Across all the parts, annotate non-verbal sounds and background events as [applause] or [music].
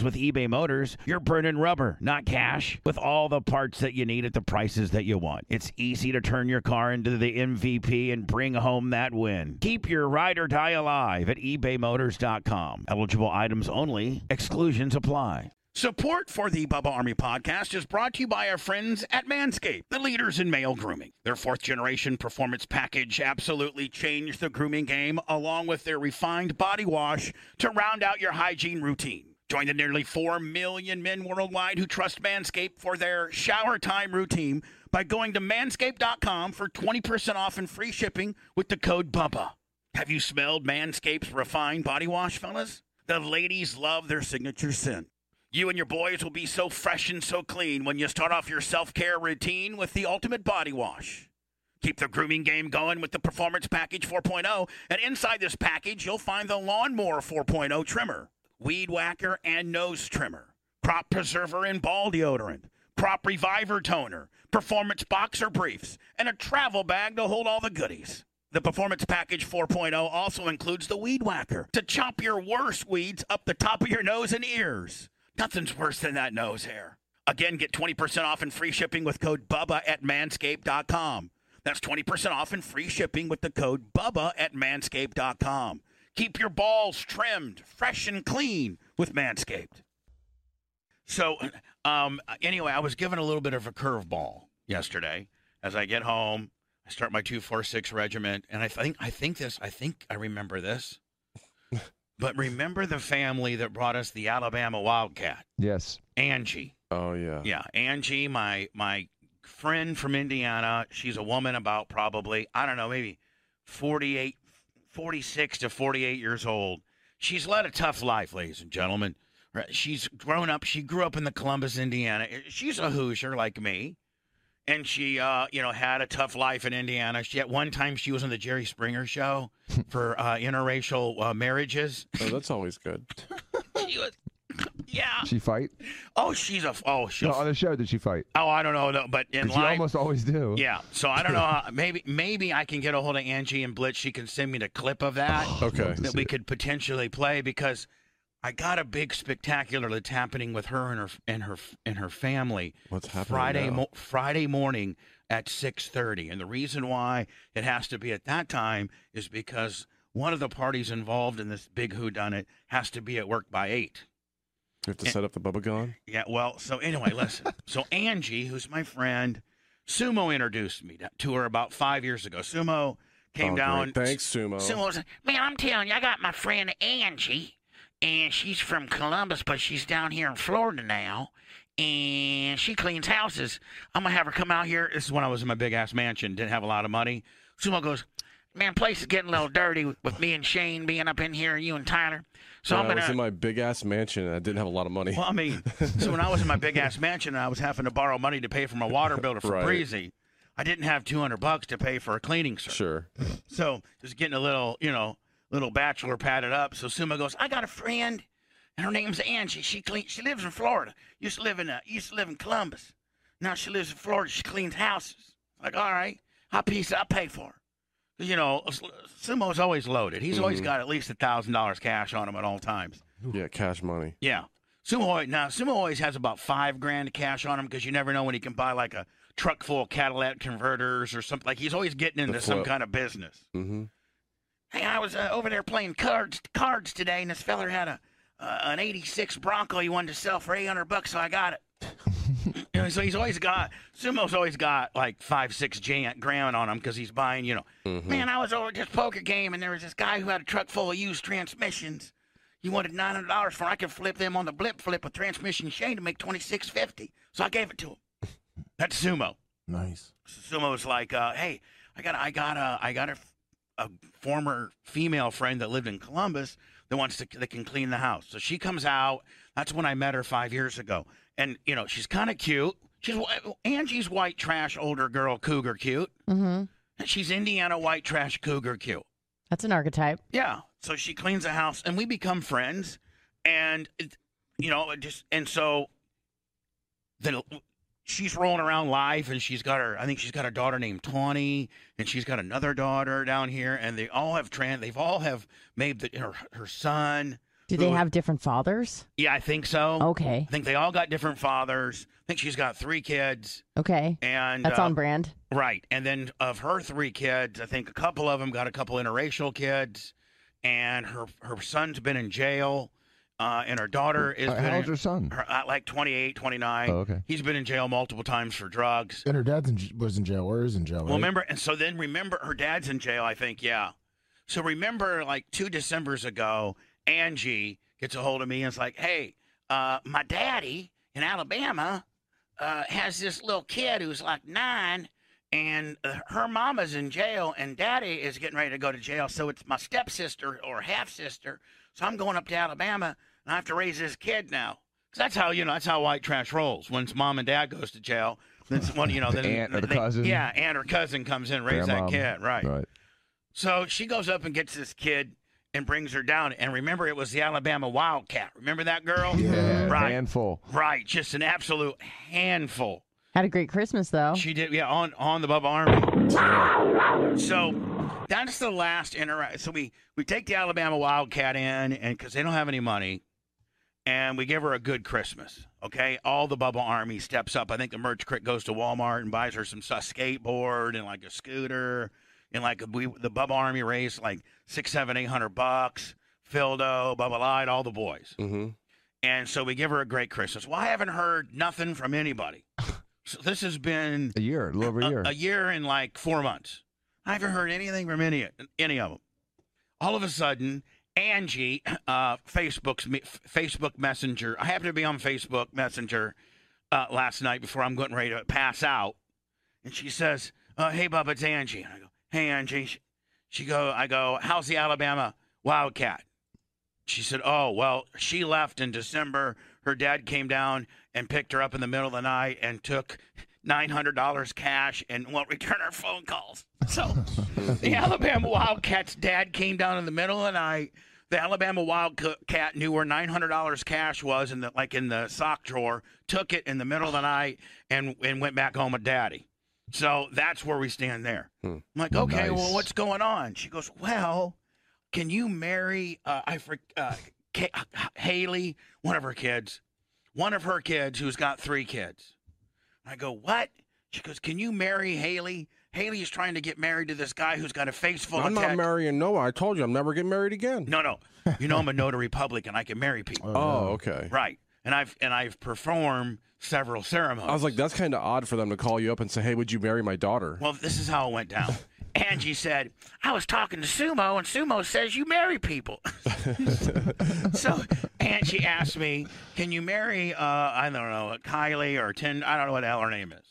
with eBay Motors, you're burning rubber, not cash. With all the parts that you need at the prices that you want, it's easy to turn your car into the MVP and bring home that win. Keep your ride or die alive at ebaymotors.com. Eligible items only, exclusions apply. Support for the Bubba Army podcast is brought to you by our friends at Manscaped, the leaders in male grooming. Their fourth generation performance package absolutely changed the grooming game, along with their refined body wash to round out your hygiene routine. Join the nearly 4 million men worldwide who trust Manscaped for their shower time routine by going to manscaped.com for 20% off and free shipping with the code BUBBA. Have you smelled Manscaped's refined body wash, fellas? The ladies love their signature scent. You and your boys will be so fresh and so clean when you start off your self care routine with the ultimate body wash. Keep the grooming game going with the Performance Package 4.0, and inside this package, you'll find the Lawnmower 4.0 trimmer, Weed Whacker and Nose Trimmer, Crop Preserver and Ball Deodorant, Crop Reviver Toner, Performance Boxer Briefs, and a travel bag to hold all the goodies. The Performance Package 4.0 also includes the Weed Whacker to chop your worst weeds up the top of your nose and ears. Nothing's worse than that nose hair. Again, get 20% off and free shipping with code BUBBA at manscaped.com. That's 20% off and free shipping with the code BUBBA at manscaped.com. Keep your balls trimmed, fresh, and clean with Manscaped. So, um, anyway, I was given a little bit of a curveball yesterday. As I get home, I start my 246 regiment, and I think I think this, I think I remember this. But remember the family that brought us the Alabama Wildcat, Yes. Angie. Oh yeah. Yeah, Angie, my my friend from Indiana. She's a woman about probably, I don't know, maybe 48 46 to 48 years old. She's led a tough life, ladies and gentlemen. Right, She's grown up, she grew up in the Columbus, Indiana. She's a Hoosier like me. And she uh, you know, had a tough life in Indiana. She at one time she was on the Jerry Springer [laughs] show for uh, interracial uh, marriages. Oh, that's [laughs] always good. She was, yeah. She fight? Oh, she's a oh, she's No, on the show did she fight? Oh, I don't know, no, but in 'Cause you line, almost always do. yeah. So I don't know. How, maybe maybe I can get a hold of Angie and Blitz. She can send me the clip of Oh, that Okay. that we could potentially play because I got a big spectacular that's happening with her and her and her and her family. What's happening Friday now? mo- Friday morning at six thirty, and the reason why it has to be at that time is because one of the parties involved in this big whodunit has to be at work by eight. We have to set up the bubble gun. Yeah, well, so anyway, [laughs] listen. so Angie, who's my friend, Sumo introduced me to- to her about five years ago. Sumo came Oh, down. great. Thanks, Sumo. Uh, Sumo was like, man, I'm telling you, I got my friend Angie, and she's from Columbus, but she's down here in Florida now, and she cleans houses. I'm gonna have her come out here. This is when I was in my big ass mansion, didn't have a lot of money. Sumo goes. Man, place is getting a little dirty with me and Shane being up in here, you and Tyler. So When I'm I gonna was in my big ass mansion and I didn't have a lot of money. well, I mean, so when I was in my big ass mansion and I was having to borrow money to pay for my water bill to [laughs] Right. Febreze, I didn't have 200 bucks to pay for a cleaning service. [laughs] Sure. So just getting a little, you know, little bachelor padded up. So Suma goes, I got a friend, and her name's Angie. She clean, she lives in Florida. Used to live in uh, used to live in Columbus. Now she lives in Florida. She cleans houses. Like, all right, I piece, I pay for her. 'Cause, You know, Sumo's always loaded. He's Mm-hmm. always got at least a thousand dollars cash on him at all times. Yeah, cash money. Yeah. Sumo always, now Sumo always has about five grand cash on him because you never know when he can buy like a truck full of Cadillac converters or something. Like he's always getting into some flip. kind of business. Mm-hmm. Hey, I was uh, over there playing cards cards today, and this feller had a uh, an '86 Bronco he wanted to sell for 800 bucks, so I got it. [laughs] You know, so he's always got Sumo's always got like five, six jan- grand on him because he's buying. You know, Mm-hmm. man, I was over at this poker game, and there was this guy who had a truck full of used transmissions. He wanted nine hundred dollars for. I could flip them on the blip flip a transmission chain to make twenty six fifty. So I gave it to him. That's Sumo. Nice. Sumo's like, uh, hey, I got, I got a, I got a, a former female friend that lived in Columbus that wants to that can clean the house. So she comes out. That's when I met her five years ago, and you know she's kind of cute. She's wh- Angie's white trash older girl cougar cute. Mm-hmm. And She's Indiana white trash cougar cute. That's an archetype. Yeah. So she cleans the house, and we become friends, and it, you know, it just and so then she's rolling around live, and she's got her. I think she's got a daughter named Tawny, and she's got another daughter down here, and they all have trans. They've all have made the, her her son. Do they Who- have different fathers? Yeah, I think so. Okay. I think they all got different fathers. I think she's got three kids, Okay. and That's uh, on brand. Right. And then of her three kids, I think a couple of them got a couple interracial kids, and her her son's been in jail, uh, and her daughter is Uh, been how in, old's your son? her, uh, like 28, 29. Oh, okay. He's been in jail multiple times for drugs. And her dad was in jail or is in jail. Well, remember, and so then remember, her dad's in jail, I think, yeah. So remember, like two Decembers ago, Angie gets a hold of me and is like, hey, uh, my daddy in Alabama uh, has this little kid who's like nine, and uh, her mama's in jail, and daddy is getting ready to go to jail. So it's my stepsister or half sister. So I'm going up to Alabama, and I have to raise this kid now. 'Cause that's how, you know, that's how white trash rolls. Once mom and dad goes to jail, [laughs] then one, you know, The then aunt or the they- cousin. Yeah, and her cousin comes in, raises that kid, right? Right. So she goes up and gets this kid and brings her down. And remember, it was the Alabama Wildcat. Remember that girl? Yeah. Right. Handful. Right. Just an absolute handful. Had a great Christmas though. She did, yeah, on on the Bubba Army. So that's the last interaction. So we we take the Alabama Wildcat in, and because they don't have any money, and we give her a good Christmas. Okay, all the Bubba Army steps up. I think the merch crick goes to Walmart and buys her some stuff, skateboard and like a scooter, and like we the Bubba Army raised like six, seven, eight hundred bucks. Fildo, Bubba Light, all the boys. Mm-hmm. And so we give her a great Christmas. Well, I haven't heard nothing from anybody. So this has been A year, a little over a year. a year and like four months. I haven't heard anything from any any of them. All of a sudden, Angie, uh, Facebook's me- Facebook Messenger. I happened to be on Facebook Messenger uh, last night before I'm getting ready to pass out, and she says, uh, "Hey, Bubba, it's Angie." And I go, "Hey, Angie." She, she go, I go, "How's the Alabama Wildcat?" She said, "Oh, well, she left in December. Her dad came down and picked her up in the middle of the night and took nine hundred dollars cash and won't return her phone calls." So the Alabama Wildcat's dad came down in the middle of the night. The Alabama Wildcat knew where nine hundred dollars cash was, in the like in the sock drawer, took it in the middle of the night and and went back home with daddy. So that's where we stand there. Hmm. I'm like, okay, well, Nice. what's going on? She goes, well, can you marry uh, I for, uh, K- Haley, one of her kids, one of her kids who's got three kids? I go, what? She goes, can you marry Haley? Haley is trying to get married to this guy who's got a face full I'm of not tat- marrying Noah. I told you I'm never getting married again. No, no. You know I'm [laughs] a notary public and I can marry people. Oh, okay. Right. And I've and I've performed several ceremonies. I was like, that's kind of odd for them to call you up and say, "Hey, would you marry my daughter?" Well, this is how it went [laughs] down. Angie said, I was talking to Sumo, and Sumo says you marry [laughs] people. so Angie asked me, Can you marry, uh, I don't know, Kylie or 10, I don't know what the hell her name is.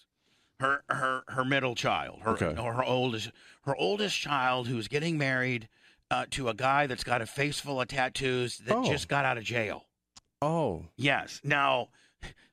Her, her, her middle child, her, Okay. or her oldest, her oldest child who's getting married uh, to a guy that's got a face full of tattoos that Oh. just got out of jail. oh, Yes. Now,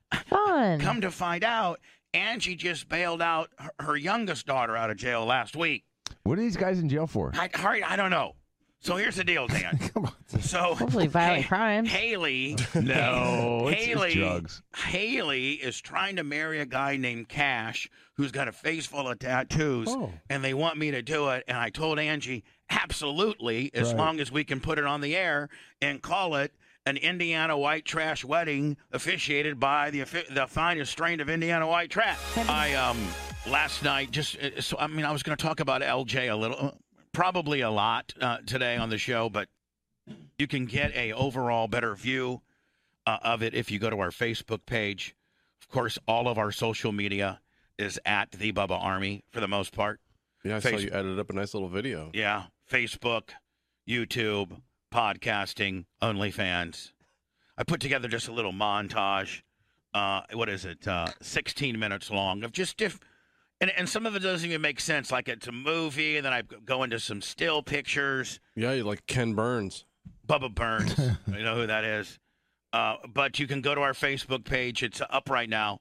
Mm-hmm. Fun. come to find out, Angie just bailed out her, her youngest daughter out of jail last week. What are these guys in jail for? I, hurry, I don't know. So here's the deal, Dan. [laughs] Come on. So [laughs] [laughs] Hopefully violent Ha- crimes. Haley, [laughs] No, it's- it's Haley, drugs. Haley is trying to marry a guy named Cash who's got a face full of tattoos, Oh. and they want me to do it. And I told Angie, absolutely, as Right. long as we can put it on the air and call it an Indiana white trash wedding officiated by the offi- the finest strain of Indiana white trash. I um last night just uh, so I mean I was going to talk about LJ a little, uh, probably a lot uh, today on the show, but you can get a overall better view uh, of it if you go to our Facebook page. Of course, all of our social media is at the Bubba Army for the most part. yeah. I saw Face- you edited up a nice little video. Yeah, Facebook, YouTube, podcasting, OnlyFans. I put together just a little montage. Uh, what is it? Uh, 16 minutes long of just diff. And, and some of it doesn't even make sense. Like it's a movie, and then I go into some still pictures. Yeah, you like Ken Burns. Bubba Burns. [laughs] you know who that is. Uh, but you can go to our Facebook page. It's up right now.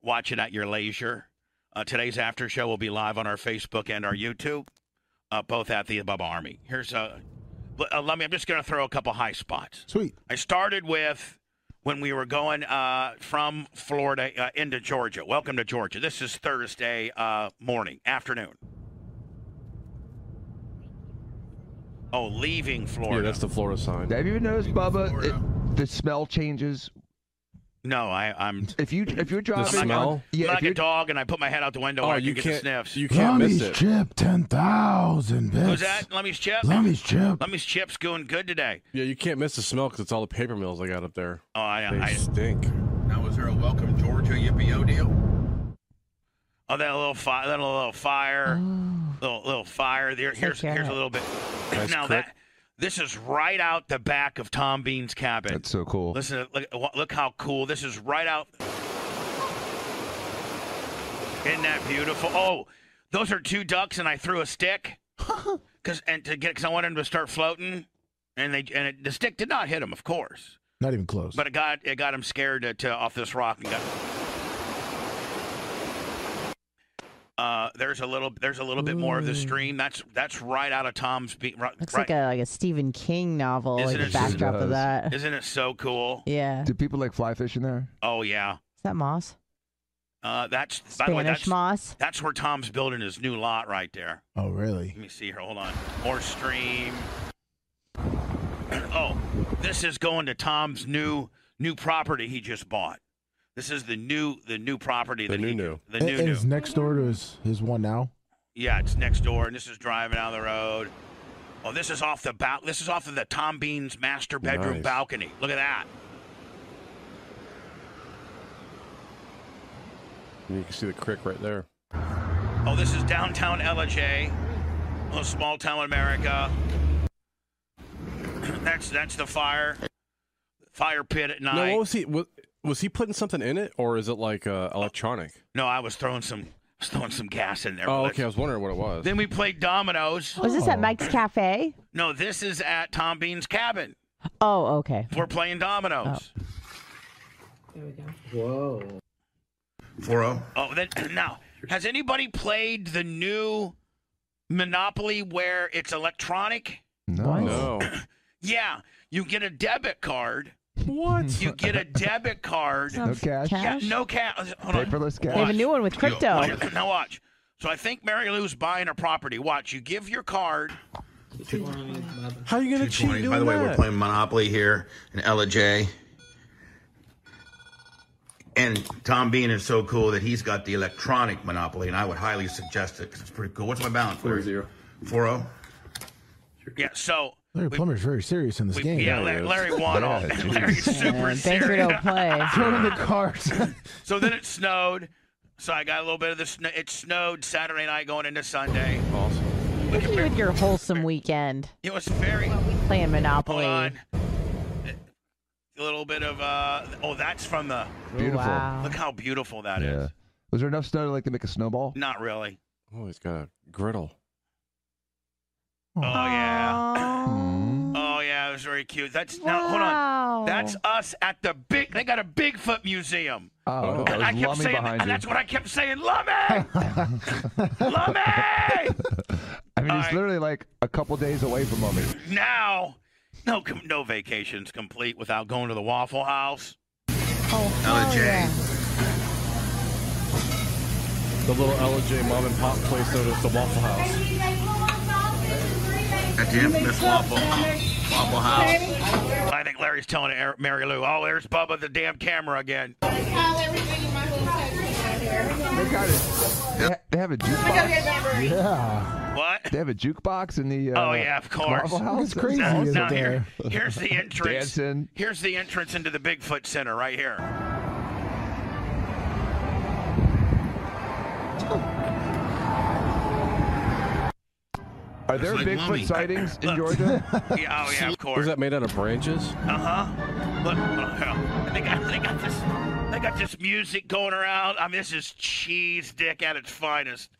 Watch it at your leisure. Uh, today's after show will be live on our Facebook and our YouTube, uh, both at the Bubba Army. Here's a. l- Uh, let me. I'm just going to throw a couple high spots. Sweet. I started with when we were going uh, from Florida uh, into Georgia. Welcome to Georgia. This is Thursday uh, morning, afternoon. Oh, leaving Florida. Yeah, that's the Florida sign. Have you even noticed, Bubba? It, the smell changes. no, I, I'm. If you if you're driving, on- smell? I'm yeah. like If a you're, dog, and I put my head out the window. Oh, and I you can can't. get the sniffs. You can't Lummy's miss it. chip, 10,000 bits. Who's that? Lummy's chip. Lummy's chip. Lummy's chip's going good today. Yeah, you can't miss the smell because it's all the paper mills I got up there. Oh, I, They I, stink. Now, was there a welcome Georgia yippee deal? Oh, then a little fire, then a little fire, Oh. little little fire. There, here's here's a carrot. little bit. Nice now crack. that this is right out the back of Tom Bean's cabin. that's so cool. Listen, to- look, look how cool this is right out. Isn't that beautiful? Oh, those are two ducks, and I threw a [laughs] stick because and to get because I wanted them to start floating, and they and it, the stick did not hit them, of course. Not even close. But it got it got him scared to, to off this rock and got. Uh, there's a little there's a little bit more of the Ooh. stream. That's that's right out of Tom's beat. Right, Looks like a like a Stephen King novel, Isn't like it the just- backdrop of Does. that. isn't it so cool? yeah. Is Do people like fly fishing there? Oh yeah. that moss? Uh, that's by the way Spanish that's moss? that's where Tom's building his new lot right there. oh, really? Let me see here. Hold on. More stream. oh, this is going to Tom's new new property he just bought. This is the new the new property The that new he, new. the new and, and new. it's next door to his, his one now. Yeah, it's next door, and this is driving down the road. Oh, this is off the bal- This is off of the Tom Bean's master bedroom Nice. balcony. Look at that. And you can see the crick right there. Oh, this is downtown LJ, a little small town America. [clears throat] that's that's the fire, fire pit at No, night. what was he? Was, was he putting something in it, or is it like uh, electronic? No, I was throwing some, I was throwing some gas in there. Oh, Let's- okay. I was wondering what it was. Then we played dominoes. Was this at Oh. Mike's Cafe? No, this is at Tom Bean's cabin. Oh, okay. We're playing dominoes. Oh. Four zero. Oh, then [clears throat] now has anybody played the new Monopoly where it's electronic? No. no. Yeah, you get a debit card. what? You get a debit card. Some f- cash? Yeah, no cash. Hold on. Paperless They have cash. a new one with crypto. Watch- Now watch. So I think Mary Lou's buying a property. Watch, you give your card. How are you gonna cheat doing By the way, that? we're playing Monopoly here in LJ. And Tom Bean is so cool that he's got the electronic Monopoly, and I would highly suggest it because it's pretty cool. What's my balance? Four zero. Four zero. Yeah. So Larry Plummer's very serious in this we, game. yeah, Larry, Larry won all. [laughs] Larry's [laughs] super And Banker serious. [laughs] don't play. Throwing the cards. So then it snowed. So I got a little bit of the snow. It snowed Saturday night going into Sunday. Awesome. We Look at you could- with your wholesome weekend It was very. playing Hold Monopoly. on. A little bit of uh oh, that's from the Beautiful. Wow. look how beautiful that is. Yeah. Was there enough snow to like to make a snowball? Not really. Oh, he's got a griddle. Oh yeah. Aw. Oh yeah, it was very cute. That's now hold on. Wow. That's us at the big. They got a Bigfoot museum. Oh, Oh. that And was I kept Lummy saying, and behind you. that's what I kept saying, [laughs] Lummy, Lummy. I mean, All it's right. literally like a couple days away from Mummy. now, no, com- no vacations complete without going to the Waffle House. oh, hell LJ. yeah. The little LJ mom and pop place known as the Waffle House. That's the infamous waffle. Waffle House. I think Larry's telling Er- Mary Lou, "Oh, there's Bubba the damn camera again." They got it. They, ha- they have a jukebox. [laughs] yeah. What? They have a jukebox in the. Uh, Oh yeah, of course. Waffle House. It's crazy. Now, Easy now up here, here's [laughs] the entrance. Dancing. Here's the entrance into the Bigfoot Center right here. Are there It's like Bigfoot Lummi. sightings in Look. Georgia? [laughs] Yeah, oh yeah, of [laughs] course. Was that made out of branches? Uh huh. Look, look, oh, they got they got this they got this music going around. I mean, this is cheese dick at its finest.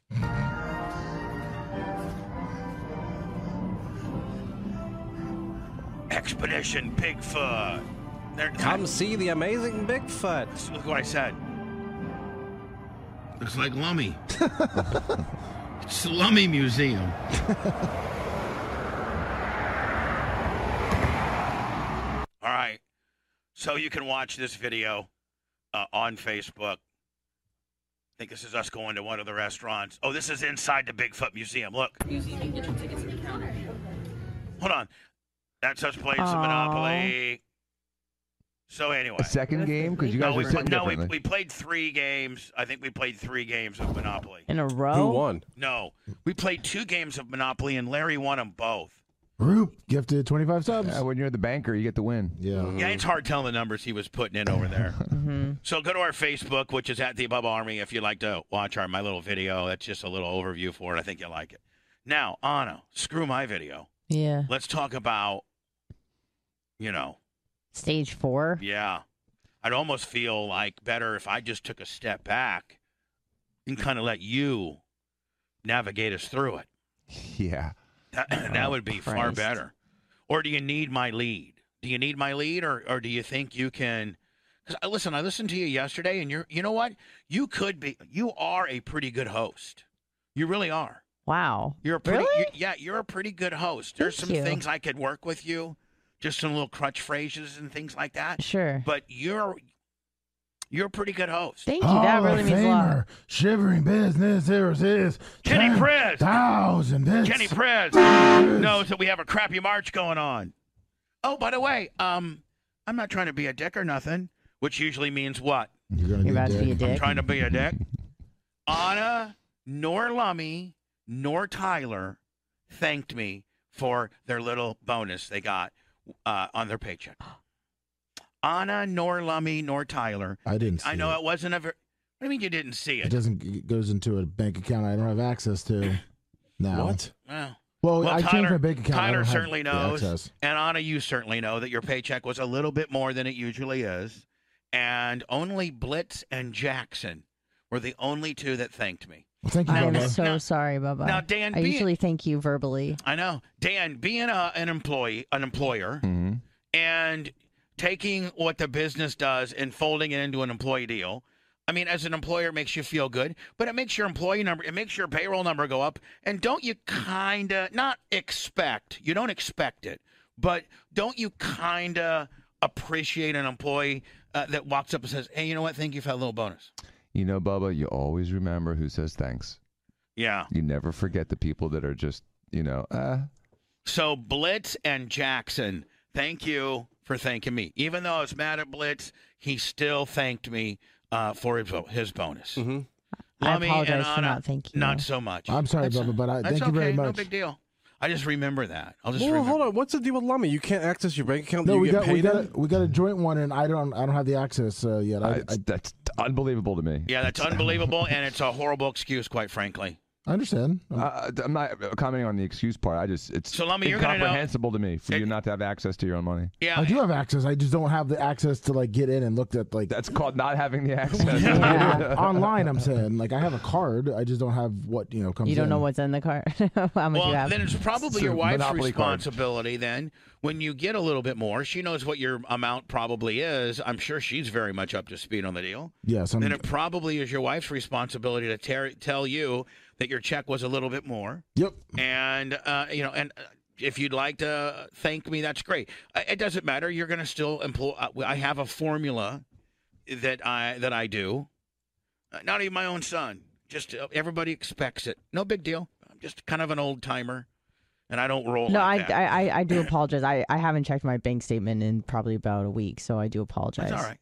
Expedition Bigfoot. There, Come see the amazing Bigfoot. look what I said. Looks like Lummy. [laughs] it's the Lummy Museum. All right. So you can watch this video uh, on Facebook. I think this is us going to one of the restaurants. Oh, this is inside the Bigfoot Museum. Look. Hold on. That's us playing some Aw. Monopoly. So anyway. A second game because you guys No, we, are sitting no we, differently. we played three games. I think we played three games of Monopoly. in a row. Who won? No, we played two games of Monopoly, and Larry won them both. Roop gifted 25 subs. Yeah, when you're the banker, you get the win. Yeah. Yeah, it's hard telling the numbers he was putting in over [laughs] there. Mhm. So go to our Facebook, which is at the Above Army, if you'd like to watch our my little video. That's just a little overview for it. I think you'll like it. Now, Anna, screw my video. Yeah. Let's talk about, you know, Stage four. yeah. I'd almost feel like better if I just took a step back and kind of let you navigate us through it. Yeah. [clears throat] That, that would be far Oh, Christ. better. Or do you need my lead? Do you need my lead, or or do you think you can? Because I listen, I listened to you yesterday, and you're you know what? You could be. You are a pretty good host. You really are. Wow. You're a pretty Really? you- yeah. You're a pretty good host. There's Thank some you. things I could work with you, just some little crutch phrases and things like that. Sure. But you're you're a pretty good host. Thank you. Hall that really of means a lot. Famer, shivering business, there it is. Kenny Ten Prez. Thousand bits. Kenny Prez knows that we have a crappy march going on. Oh, by the way, um, I'm not trying to be a dick or nothing, which usually means what? You're, gonna You're about to be a dead. dick. Trying to be a [laughs] dick. Anna, nor Lummy, nor Tyler thanked me for their little bonus they got uh, on their paycheck. Anna, nor Lummy, nor Tyler. I didn't. See I know It. it wasn't a. Ver- what do you mean you didn't see It it? doesn't it goes into a bank account I don't have access to now. What? Well, Well, Well, I Tyler- changed my bank account. I Tyler don't have certainly the knows. access. And Anna, you certainly know that your paycheck was a little bit more than it usually is. And only Blitz and Jackson were the only two that thanked me. Well, thank you, I am Bubba. so now- sorry, Bubba. now, Dan, I be- usually thank you verbally. I know. Dan, being a, an employee, an employer, hmm and taking what the business does and folding it into an employee deal. I mean, as an employer, it makes you feel good, but it makes your employee number, it makes your payroll number go up. And don't you kind of not expect, you don't expect it, but don't you kind of appreciate an employee uh, that walks up and says, hey, you know what? Thank you for that little bonus. You know, Bubba, you always remember who says thanks. Yeah. You never forget the people that are just, you know, uh, So Blitz and Jackson, thank you for thanking me. Even though I was mad at Blitz, he still thanked me uh, for his, bo- his bonus. Mm-hmm. Lummi I and apologize for Anna, not thanking Not you. so much. I'm sorry, That's- Bubba, but I that's thank okay, you very No much. big deal. I just remember that. I'll just Well, remember. hold on. What's the deal with Lummy? You can't access your bank account. that No, you we get got we paid got in? a, we got a joint one, and I don't I don't have the access uh, yet. I, it's- I, that's unbelievable to me. Yeah, that's unbelievable, and it's a horrible excuse, quite frankly. I understand. I'm- Uh, I'm not commenting on the excuse part. I just it's So, Lummi, you're gonna know- incomprehensible to me for It- you not to have access to your own money. Yeah, I do have access. I just don't have the access to like get in and look at like That's called not having [laughs] the access. Yeah, online. I'm saying like I have a card. I just don't have what you know comes. You don't in. know what's in the car. [laughs] How much well, you have. then it's probably your So, wife's Monopoly card. responsibility. Then, when you get a little bit more, she knows what your amount probably is. I'm sure she's very much up to speed on the deal. Yes, I'm, Then it probably is your wife's responsibility to tear, tell you that your check was a little bit more. yep. and uh, you know, and uh, if you'd like to thank me, that's great. Uh, It doesn't matter. You're going to still employ. uh, I have a formula that I that I do. Uh, Not even my own son. Just uh, everybody expects it. No big deal. I'm just kind of an old timer, and I don't roll. no, I, like that. I, I, I do apologize. I, I haven't checked my bank statement in probably about a week, so I do apologize. That's all right.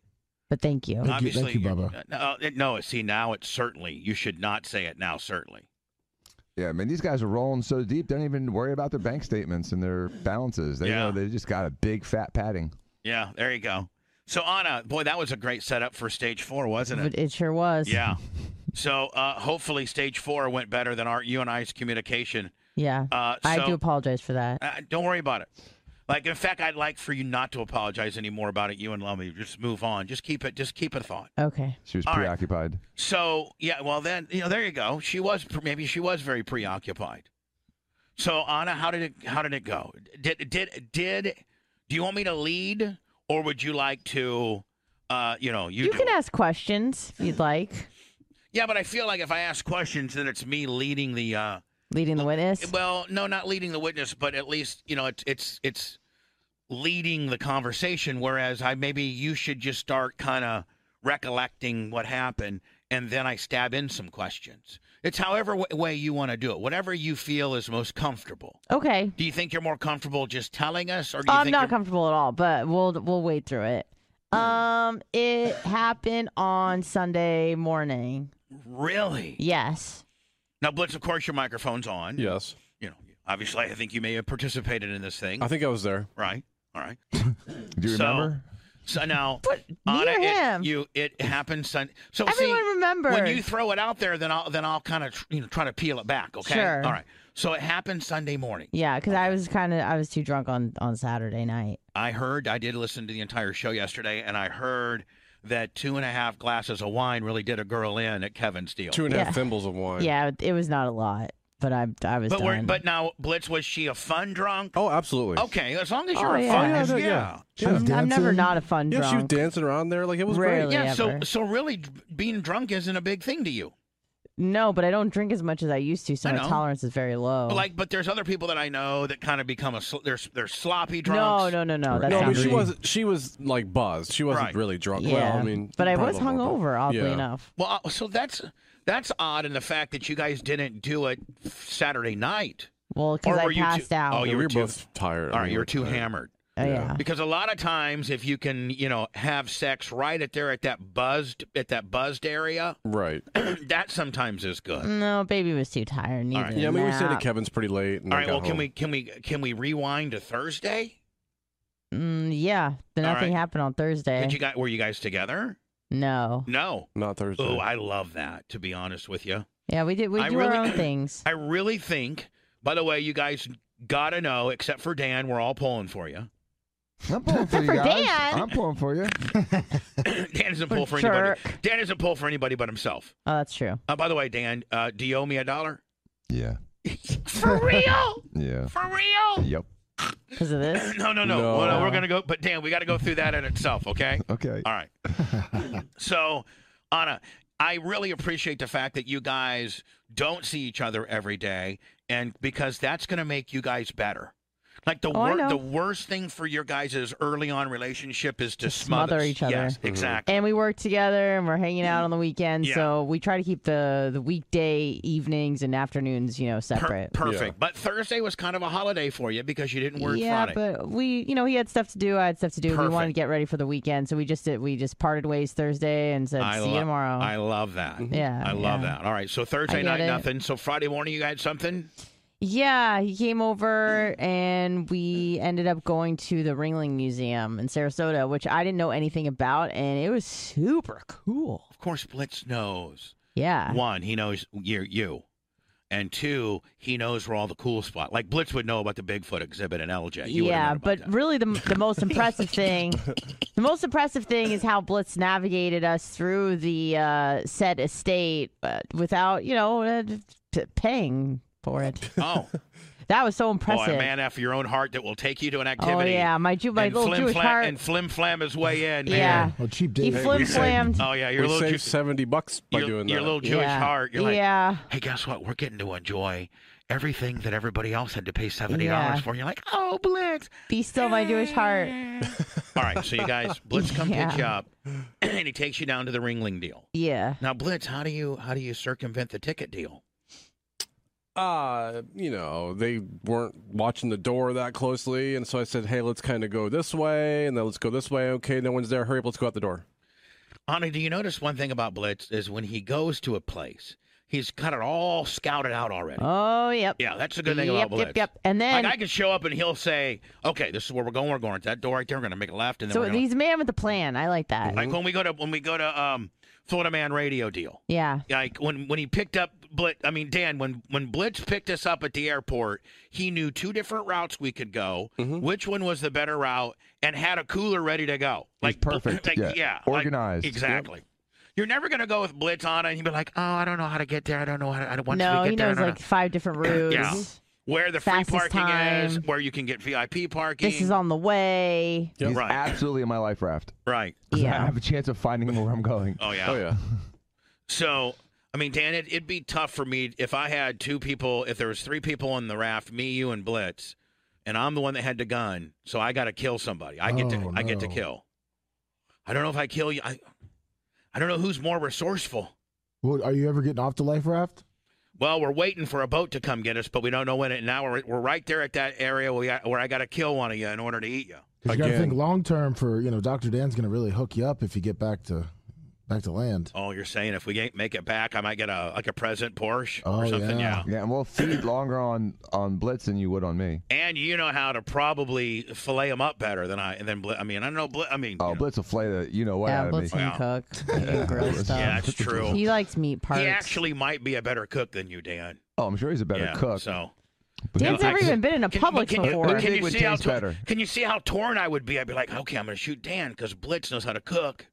But thank you. Thank you- thank you, you're- Bubba. uh, No, it- no, see now it's certainly you should not say it now. Certainly. [laughs] yeah, man, these guys are rolling so deep. They don't even worry about their bank statements and their balances. They Yeah. know they just got a big fat padding. Yeah, there you go. So Anna, boy, that was a great setup for stage four, wasn't it? But it sure was. Yeah. So uh, hopefully, stage four went better than our you and I's communication. Yeah. Uh, so, I do apologize for that. uh, don't worry about it. Like, in fact, I'd like for you not to apologize anymore about it. You and Lummy, just move on. Just keep it. Just keep it a thought. Okay. She was All right. preoccupied. So yeah, well then you know there you go. She was maybe she was very preoccupied. So Anna, how did it how did it go? Did did did Do you want me to lead, or would you like to? Uh, you know, you, You do can it? ask questions if you'd like. Yeah, but I feel like if I ask questions, then it's me leading the. Uh, Leading the witness. well, no, not leading the witness, but at least you know it's it's it's leading the conversation. Whereas I maybe you should just start kind of recollecting what happened, and then I stab in some questions. It's however w- way you want to do it, whatever you feel is most comfortable. Okay. Do you think you're more comfortable just telling us, or do you I'm think not you're- Hmm. comfortable at all, but we'll we'll wade through it. Um, it happened on Sunday morning. really? Yes. Now, Blitz, of course, your microphone's on. Yes. You know, obviously, I think you may have participated in this thing, I think I was there. right? All right. Do you So- remember? So now, me Anna, it- or him? you it happened Sun. So Everyone see, remembers. when you throw it out there, then I'll then I'll kind of tr- you know try to peel it back. Okay. Sure. All right. So it happened Sunday morning. yeah, because I was kind of I was too drunk on on Saturday night. I heard I did listen to the entire show yesterday, and I heard that two and a half glasses of wine really did a girl in at Kevin Steele. Two and a half Yeah. thimbles of wine. Yeah, it was not a lot, but I I was but we're, done. but now Blitz was she a fun drunk? Oh, absolutely. Okay, as long as Oh, you're a yeah. fun Oh, yeah, yeah, yeah. She was I'm, I'm never dancing. not a fun Yeah, she was drunk. dancing around there like it was Rarely. great. Yeah, so ever. so really d- being drunk isn't a big thing to you. no, but I don't drink as much as I used to, so I my know. tolerance is very low. But Like, but there's other people that I know that kind of become a sl- they're they're sloppy no, drunks. no, no, no. That's No, I not mean, she true. was she was like buzzed. She wasn't Right. really drunk. Yeah, Well, I mean, but I was probably a little bit. hungover, oddly Yeah. enough. Well, uh, so that's that's odd in the fact that you guys didn't do it Saturday night. Well, because Or were you I too- passed out. Oh, Yeah, you we were were too- both tired. All I right, mean, you we were too tired. hammered. Oh, yeah. Because a lot of times, if you can, you know, have sex right at there at that buzzed at that buzzed area, [clears throat] Right. that sometimes is good. No, baby was too tired. Needed right. a Yeah, I mean, we stayed nap. at Kevin's pretty late. And All I right, got well, can home. we can we can we rewind to Thursday? Mm, yeah, but All nothing right. happened on Thursday. Did you guys were you guys together? no. No. Not Thursday. Oh, I love that. To be honest with you. Yeah, we did. We I do really- our [coughs] own things. I really think, by the way, you guys gotta know, except for Dan, we're all pulling for you. I'm [laughs] pulling for you For guys. Dan. I'm pulling for you. [coughs] Dan doesn't pull for anybody. Jerk. Dan doesn't pull for anybody but himself. Oh, that's true. Uh, by the way, Dan, uh, do you owe me a dollar? Yeah. For real? Yeah. For real? Yep. Because of [coughs] this. No, no, no. No. Well, no, we're gonna go, but Dan, we got to go through that in itself. Okay. Okay. All right. So, Anna, I really appreciate the fact that you guys don't see each other every day, and because that's going to make you guys better. Like the Oh, I know. the worst thing for your guys' early on relationship is to, smother each other. Yes, exactly. And we work together, and we're hanging out on the weekend. Yeah. So we try to keep the the weekday evenings and afternoons, you know, Per- separate. perfect. But Thursday was kind of a holiday for you because you didn't work yeah, Friday. but we, you know, he had stuff to do. I had stuff to do. We wanted to Perfect. get ready for the weekend, so we just did. We just parted ways Thursday and said, I "See lo- you tomorrow." Mm-hmm. I love that. Yeah, I love yeah. that. All right. So I Thursday get night, it. nothing. So Friday morning, you had something. Yeah, he came over and we ended up going to the Ringling Museum in Sarasota, which I didn't know anything about, and it was super cool. Of course, Blitz knows. Yeah. one, he knows you, you, and two, he knows where all the cool spot. Like Blitz would know about the Bigfoot exhibit in LJ. You would've yeah, known about but that. really the [laughs] the most impressive thing, the most impressive thing is how Blitz navigated us through the uh, said estate uh, without, you know, uh, p- paying for it. [laughs] oh, That was so boy, impressive. a man after your own heart that will take you to an oh activity. yeah, my Jew, my and little flim Jewish flam, heart. and flim flam his way in. yeah, Man. Oh, cheap Ah. he date. flim flammed. Oh yeah, your we little saved Ju- seventy bucks by your, doing your that. little Jewish yeah. heart. You're like, yeah. hey, guess what? We're getting to enjoy everything that everybody else had to pay seventy Yeah. dollars for. You're like, oh, Blitz. Be still my Jewish heart. All right, so you [laughs] guys, Blitz come Yeah. pick you up, [clears throat] and he takes you down to the Ringling deal. Yeah. Now, Blitz, how do you how do you circumvent the ticket deal? uh, you know, they weren't watching the door that closely, and so I said, "Hey, let's kind of go this way, and then let's go this way." Okay, no one's there. Hurry up, let's go out the door. Anna, do you notice one thing about Blitz is when he goes to a place, he's got it all scouted out already. Oh, yep. yeah, that's a good thing yep, about Blitz. yep, yep. And then, Like I could show up and he'll say, "Okay, this is where we're going. We're going to that door right there. We're going to make a left." And then so we're gonna, he's a man with a plan. I like that. like when we go to when we go to um, Florida Man Radio deal. yeah. Like when when he picked up Blitz, I mean Dan, when when Blitz picked us up at the airport, he knew two different routes we could go, Mm-hmm. which one was the better route, and had a cooler ready to go. Like perfect, like, yeah. like, Organized, yep. exactly. You're never gonna go with Blitz on, and you'd be like, "Oh, I don't know how to get there. I don't know how to. I don't want no, to he get there." I knows don't like five different routes. where the free Fastest parking is, time. where you can get VIP parking. This is on the way. Yep. He's Right. absolutely in my life raft. right. [laughs] I Yeah. have a chance of finding him where I'm [laughs] going. Oh yeah. Oh yeah. So, I mean, Dan, it, it'd be tough for me if I had two people, if there was three people on the raft, me, you, and Blitz, and I'm the one that had the gun, so I got to kill somebody. I get to, Oh, I get to no. kill. I don't know if I kill you. I, I don't know who's more resourceful. Well, are you ever getting off the life raft? Well, we're waiting for a boat to come get us, but we don't know when. It now we're, we're right there at that area where, we got, where I got to kill one of you in order to eat you. 'Cause you got to Again. think long term for you know Doctor Dan's gonna really hook you up if you get back to back to land. Oh, you're saying if we ain't make it back, I might get a like a present Porsche or Oh, something. yeah. Yeah, and we'll feed longer on on Blitz than you would on me. And you know how to probably fillet them up better than I. And then Bli- I mean, I don't know. Bli- I mean, Oh, you know. Blitz will flay the you know what out Yeah, of Blitz me. can Yeah. [laughs] cook. He can grill stuff. yeah, that's true. He likes meat parts. He actually might be a better cook than you, Dan. Oh, I'm sure he's a better yeah, cook. So but Dan's he'll- never even been in a Can- public can you- before. Can Everything you would see how taste tor- better. Can you see how torn I would be? I'd be like, okay, I'm going to shoot Dan because Blitz knows how to cook,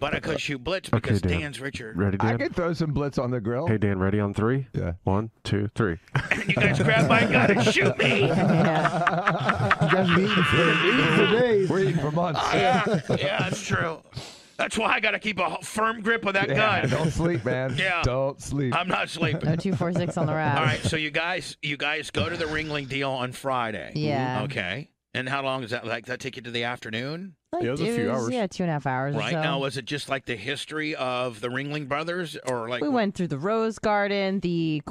but I couldn't shoot Blitz because Dan. Dan's richer. Ready, I Dan? could throw some Blitz on the grill. Hey, Dan, ready on three? Yeah. One, two, three. And you guys grab my gun and shoot [laughs] me. [laughs] Yeah. [laughs] You guys been eating for, eating for days. We're eating for months. [laughs] yeah, yeah, that's true. That's why I got to keep a h- firm grip of that Yeah, gun. [laughs] don't sleep, man. [laughs] Yeah. Don't sleep. I'm not sleeping. No two four six on the raft. All right, so you guys, you guys go to the Ringling deal on Friday. Yeah. Okay. And how long is that? Like, that take you to the afternoon? Like, Yeah, it was a few dudes, hours. Yeah, two and a half hours. Right or so. now, was it just like the history of the Ringling Brothers, or like we went through the Rose Garden, the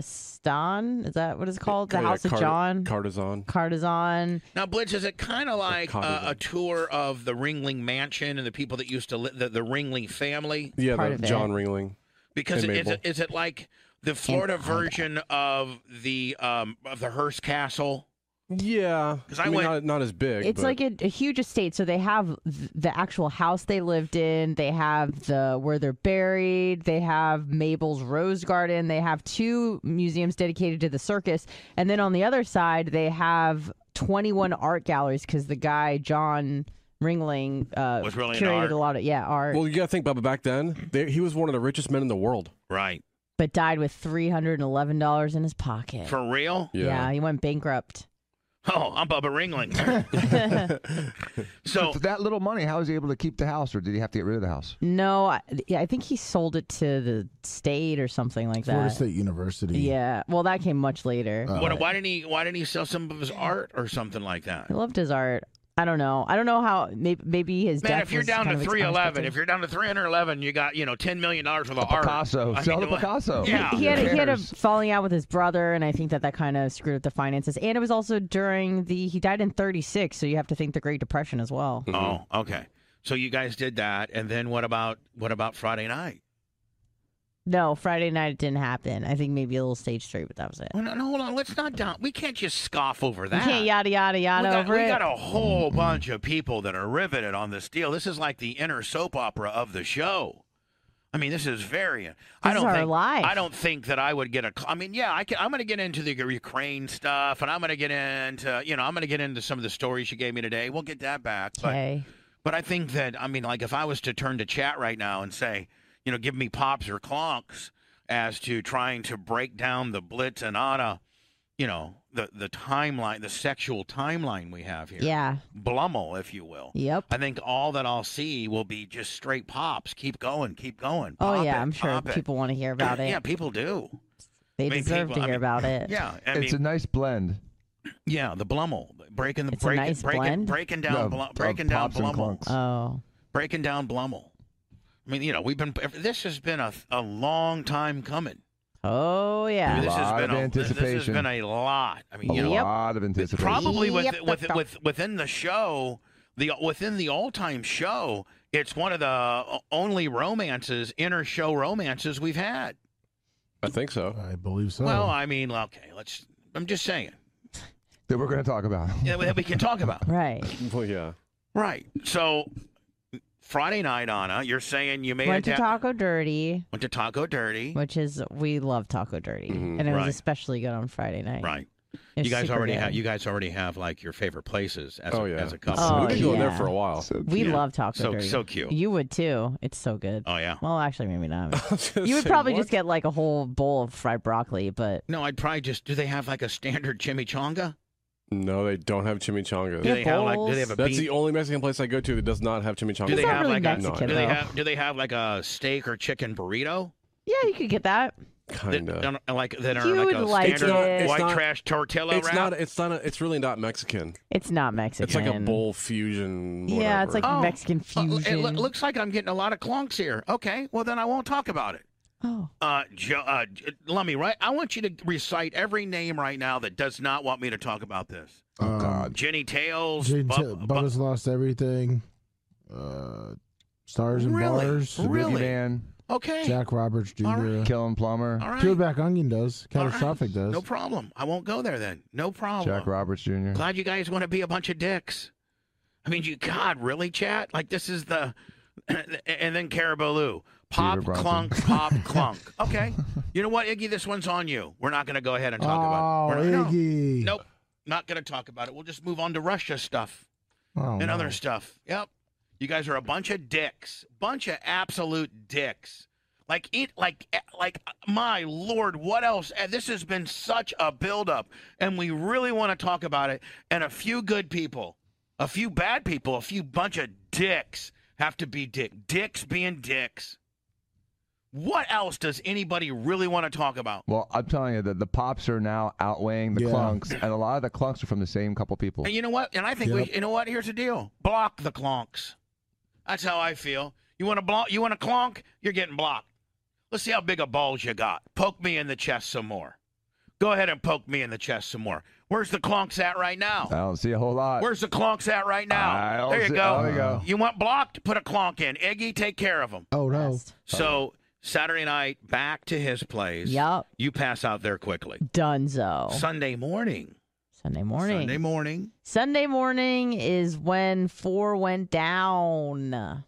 Cordistan. Is that what it's called? The Oh, Yeah, House of Cart- John. Cartizan. Cartizan. now, Blitz? Is it kind of like Cottage uh, a Inn. tour of the Ringling Mansion and the people that used to live the, the Ringling family? Yeah, Part the of it. John Ringling. Because And is it, Mabel. is it like the Florida Hold on. version of the um of the Hearst Castle? Yeah, 'Cause I mean, went- not, not as big. It's but- like a, a huge estate. So they have th- the actual house they lived in. They have the where they're buried. They have Mabel's Rose Garden. They have two museums dedicated to the circus. And then on the other side, they have 21 art galleries because the guy John Ringling uh, Was really into curated art. a lot of yeah art, Well, you gotta think, Bubba. Back [clears throat] then, they, he was one of the richest men in the world. Right. but died with 311 dollars in his pocket. For real? yeah, he went bankrupt. Oh, I'm Bubba [laughs] Ringling. so For that little money, how was he able to keep the house, or did he have to get rid of the house? No, I, yeah, I think he sold it to the state or something like Florida that. State University. Yeah, well, that came much later. What, why didn't he? Why didn't he sell some of his art or something like that? I loved his art. I don't know. I don't know how. Maybe, maybe his Man, death if you're was down kind to of three eleven, unexpected. if you're down to three hundred eleven, you got you know ten million dollars worth of art. Picasso. I Sell mean, the Picasso. Yeah. he had a, he had a Who cares? falling out with his brother, and I think that that kind of screwed up the finances. And it was also during the he died in '36, so you have to think the Great Depression as well. Oh, okay. So you guys did that, and then what about what about Friday night? No, Friday night it didn't happen. I think maybe a little stage straight, but that was it. Well, no, no, hold on. Let's not down. We can't just scoff over You that. can't yada yada we yada got, over we it. got a whole bunch of people that are riveted on this deal. This is like the inner soap opera of the show. I mean, this is very. I This is don't our think. life. I don't think that I would get a. I mean, yeah, I can, I'm going to get into the Ukraine stuff, and I'm going to get into you know I'm going to get into some of the stories you gave me today. We'll get that back. But okay. but I think that I mean, like if I was to turn to chat right now and say, you know, give me pops or clonks as to trying to break down the Blitz and Anna, you know, the the timeline, the sexual timeline we have here Yeah. blummel, if you will. Yep. I think all that I'll see will be just straight pops. Keep going, keep going. Oh Pop yeah, it, I'm sure pop it. people want to hear about it. Yeah, people do. They mean, deserve people- to I hear mean, about it. Yeah, I it's a mean, nice blend. yeah, the blummel, breaking the It's a breaking, nice breaking, blend. breaking down, of- blu- of breaking down pops and blummel, clunks. Oh. breaking down blummel. I mean, you know, we've been this has been a a long time coming. Oh I mean, yeah. this has Lot been of a, this has anticipation. been a lot. I mean, a you know, Yep. lot of It's anticipation. probably with, Yep, with, yep, with within the show, the within the all-time show, it's one of the only romances, inner show romances we've had. I think [laughs] so. I believe so. Well, I mean, okay, let's. I'm just saying that we're going to talk about. that we- that we can talk about. Right. Well, yeah. Right. So Friday night, Anna, you're saying you made Went it to da- Taco Dirty, went to Taco Dirty. which is we love Taco Dirty, and it Mm-hmm, Right. was especially good on Friday night. Right. It's you guys super already good. have you guys already have like your favorite places as Oh a, yeah, as a couple. Oh, we've been going yeah. there for a while. [laughs] So We Yeah. love Taco so Berry. so cute. You would too. It's so good. Oh yeah. Well, actually, maybe not. [laughs] I was gonna You would say, probably what? just get like a whole bowl of fried broccoli, but No, I'd probably just. Do they have like a standard chimichanga? No, they don't have chimichangas. Do they have like? Do they Pickles. have a That's bean? the only Mexican place I go to that does not have chimichangas. do It's they not have really like Mexican, a? Do they though. have? Do they have like a steak or chicken burrito? yeah, you could get that. That, kind of? don't- like that are You like a would like standard it. It's white not- trash tortilla It's wrap? not. It's not. A, it's really not Mexican. It's not Mexican. It's like a bowl fusion. Yeah, it's whatever. like Oh, Mexican Uh, fusion. it loo- looks like I'm getting a lot of clunks here. Okay, well then I won't talk about it. oh, Uh, Joe, uh, J- Lummy, right? I want you to recite every name right now that does not want me to talk about this. Oh, God. Jenny Tails, Jane Bu- Um, T- Bu- Bubba's lost everything. Uh, stars and Really? bars. The Really? Boogeyman, okay, Jack Roberts Jr. All right. Kellen Plummer, all right, Peeled back onion does. All right. Catastrophic does. no problem. I won't go there then. No problem. Jack Roberts Jr. Glad you guys want to be a bunch of dicks. I mean, you God really chat like this is the, [coughs] and then Carabaloo pop Peter Bronson. clunk pop clunk. Okay, you know what Iggy, this one's on you. We're not going to go ahead and talk oh, about it. We're not, no. Iggy. Nope, not going to talk about it. We'll just move on to Russia stuff Oh, and no. other stuff. Yep, you guys are a bunch of dicks, bunch of absolute dicks. Like it, like eh, like my lord, what else? And This has been such a buildup, and we really want to talk about it. And a few good people, a few bad people, a few bunch of dicks have to be dick. Dicks being dicks. What else does anybody really want to talk about? Well, I'm telling you that the pops are now outweighing the Yeah. clunks, and a lot of the clunks are from the same couple people. And you know what? And I think we, Yep. you know what? Here's the deal: block the clonks. That's how I feel. You want to block? You want to clonk? You're getting blocked. Let's see how big a balls you got. Poke me in the chest some more. Go ahead and poke me in the chest some more. Where's the clonks at right now? I don't see a whole lot. Where's the clonks at right I now? don't There you Uh, see- go. oh, there you go. You want blocked? Put a clonk in. Iggy, take care of them. Oh no. best. So Saturday night, back to his place. Yup. You pass out there quickly. Dunzo. Sunday morning. Sunday morning. Sunday morning. Sunday morning is when four went down.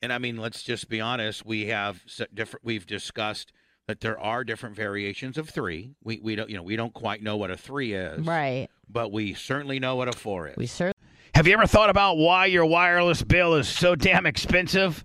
And I mean, let's just be honest. We have s- different. We've discussed that there are different variations of three. We we don't you know we don't quite know what a three is, Right. But we certainly know what a four is. We certainly Have you ever thought about why your wireless bill is so damn expensive?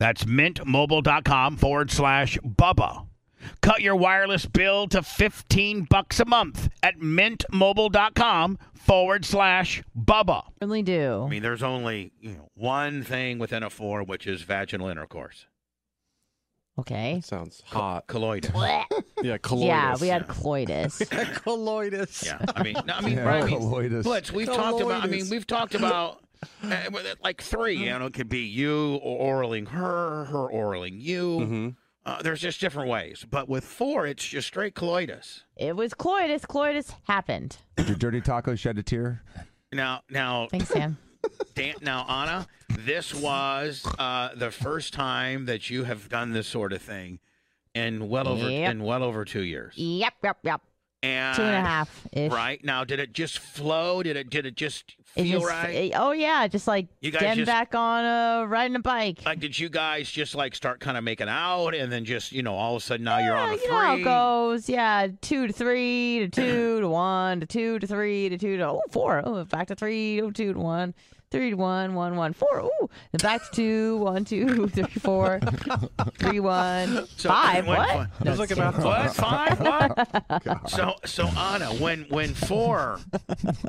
That's mintmobile.com forward slash Bubba. Cut your wireless bill to 15 bucks a month at mintmobile.com forward slash Bubba. I do. mean, there's only you know one thing within a four, which is vaginal intercourse, Okay. sounds [laughs] hot. colloidal. Yeah, colloidus. Yeah, we had cloitus. [laughs] [laughs] Coloidus. yeah, I mean, no, I mean, [laughs] Yeah, right, I mean, colloidus. Blitz, we've talked about. I mean, Colloidus. we've talked about [laughs] uh, with it, like three. You know, it could be you or oraling her, her oraling you. Mm-hmm. hmm Uh, there's just different ways, but with four, it's just straight colitis. it was cloitus. Cloitus happened. Did your dirty taco shed a tear? Now, now, Thanks, [laughs] Sam. Dan, now, Anna, this was uh, the first time that you have done this sort of thing in well over Yep. in well over two years, yep, yep, yep. And Two Uh, and a half ish. Right now, did it just flow? Did it? Did it just It feel just- right? it- oh yeah, just like You guys getting just- back on uh riding a bike. like, did you guys just like start kind of making out, and then just you know, all of a sudden now you're on Yeah, a you know how it three? goes. Yeah, two to [clears throat] three to two to one to two to three to two to oh four. Oh, back to three. Oh, two to one. Three to one, one, one, four. Ooh, then back to two, one, two, [laughs] three, four, three, one, So- five. wait, What? what? No, It's like it's about- two. What five? What? so so Anna, when when four,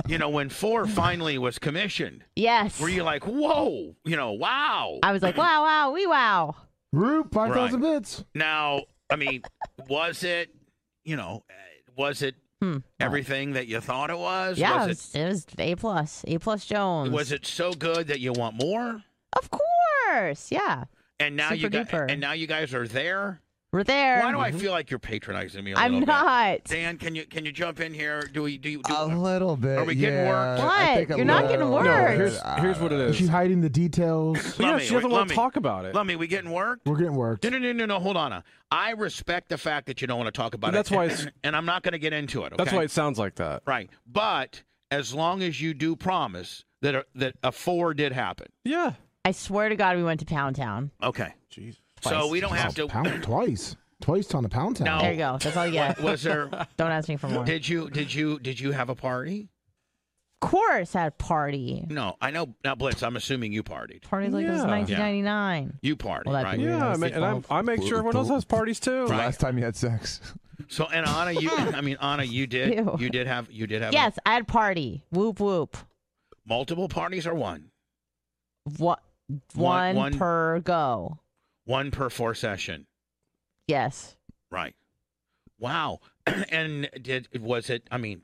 you know, when four finally was commissioned, Yes. were you like, whoa, you know, wow? I was like, wow, wow, wee, wow. Roop, 5,000 Right. bits. Now, I mean, was it, you know, uh, was it Hmm. everything that you thought it was? Yeah, was it was, it was A plus, A plus Jones. it was it so good that you want more? Of course, yeah. And now you Super guys, duper. and now you guys are there. We're there. Why do I feel like you're patronizing me? i I'm not. Mm-hmm. Dan, can you can you jump in here? Do we do? you do A Uh, little bit. Are we getting yeah. worked? I think What? a You're not getting little No, worked. bit. here's, here's what it Is she is. hiding the details? Yeah, Lummi, she doesn't wait, want Lummi. to talk about it. Lummy, we getting worked? We're getting worked. No, no, no, no, no. Hold on. uh, I respect the fact that you don't want to talk about That's it. why and- it's- and I'm not going to get into it. Okay? That's why it sounds like that. Right. But as long as you do promise that a, that a four did happen. Yeah. I swear to God, we went to Pound Town. Okay. Jeez. So we don't have Oh, to. [clears throat] pound, twice. Twice on the pound town. No. There you go. That's all [laughs] you get. Was [laughs] there? Don't ask me for more. Oh. Did you? Did you? Did you have a party? course had a party. No. I know. Now, Blitz. I'm assuming you partied. Party like it was Yeah. 1999. You partied, Well, that'd right? be- Yeah, I Realistic ma- and I'm, I make sure everyone else has parties too. The Last time you had sex. So, and Anna, [laughs] you. I mean, Anna, you did. Ew. You did have. You did have. Yes, I had a party. Whoop whoop. Multiple parties or one. What One- one, one- per go? One per four session. Yes. Right. Wow. [clears throat] and did was it? I mean,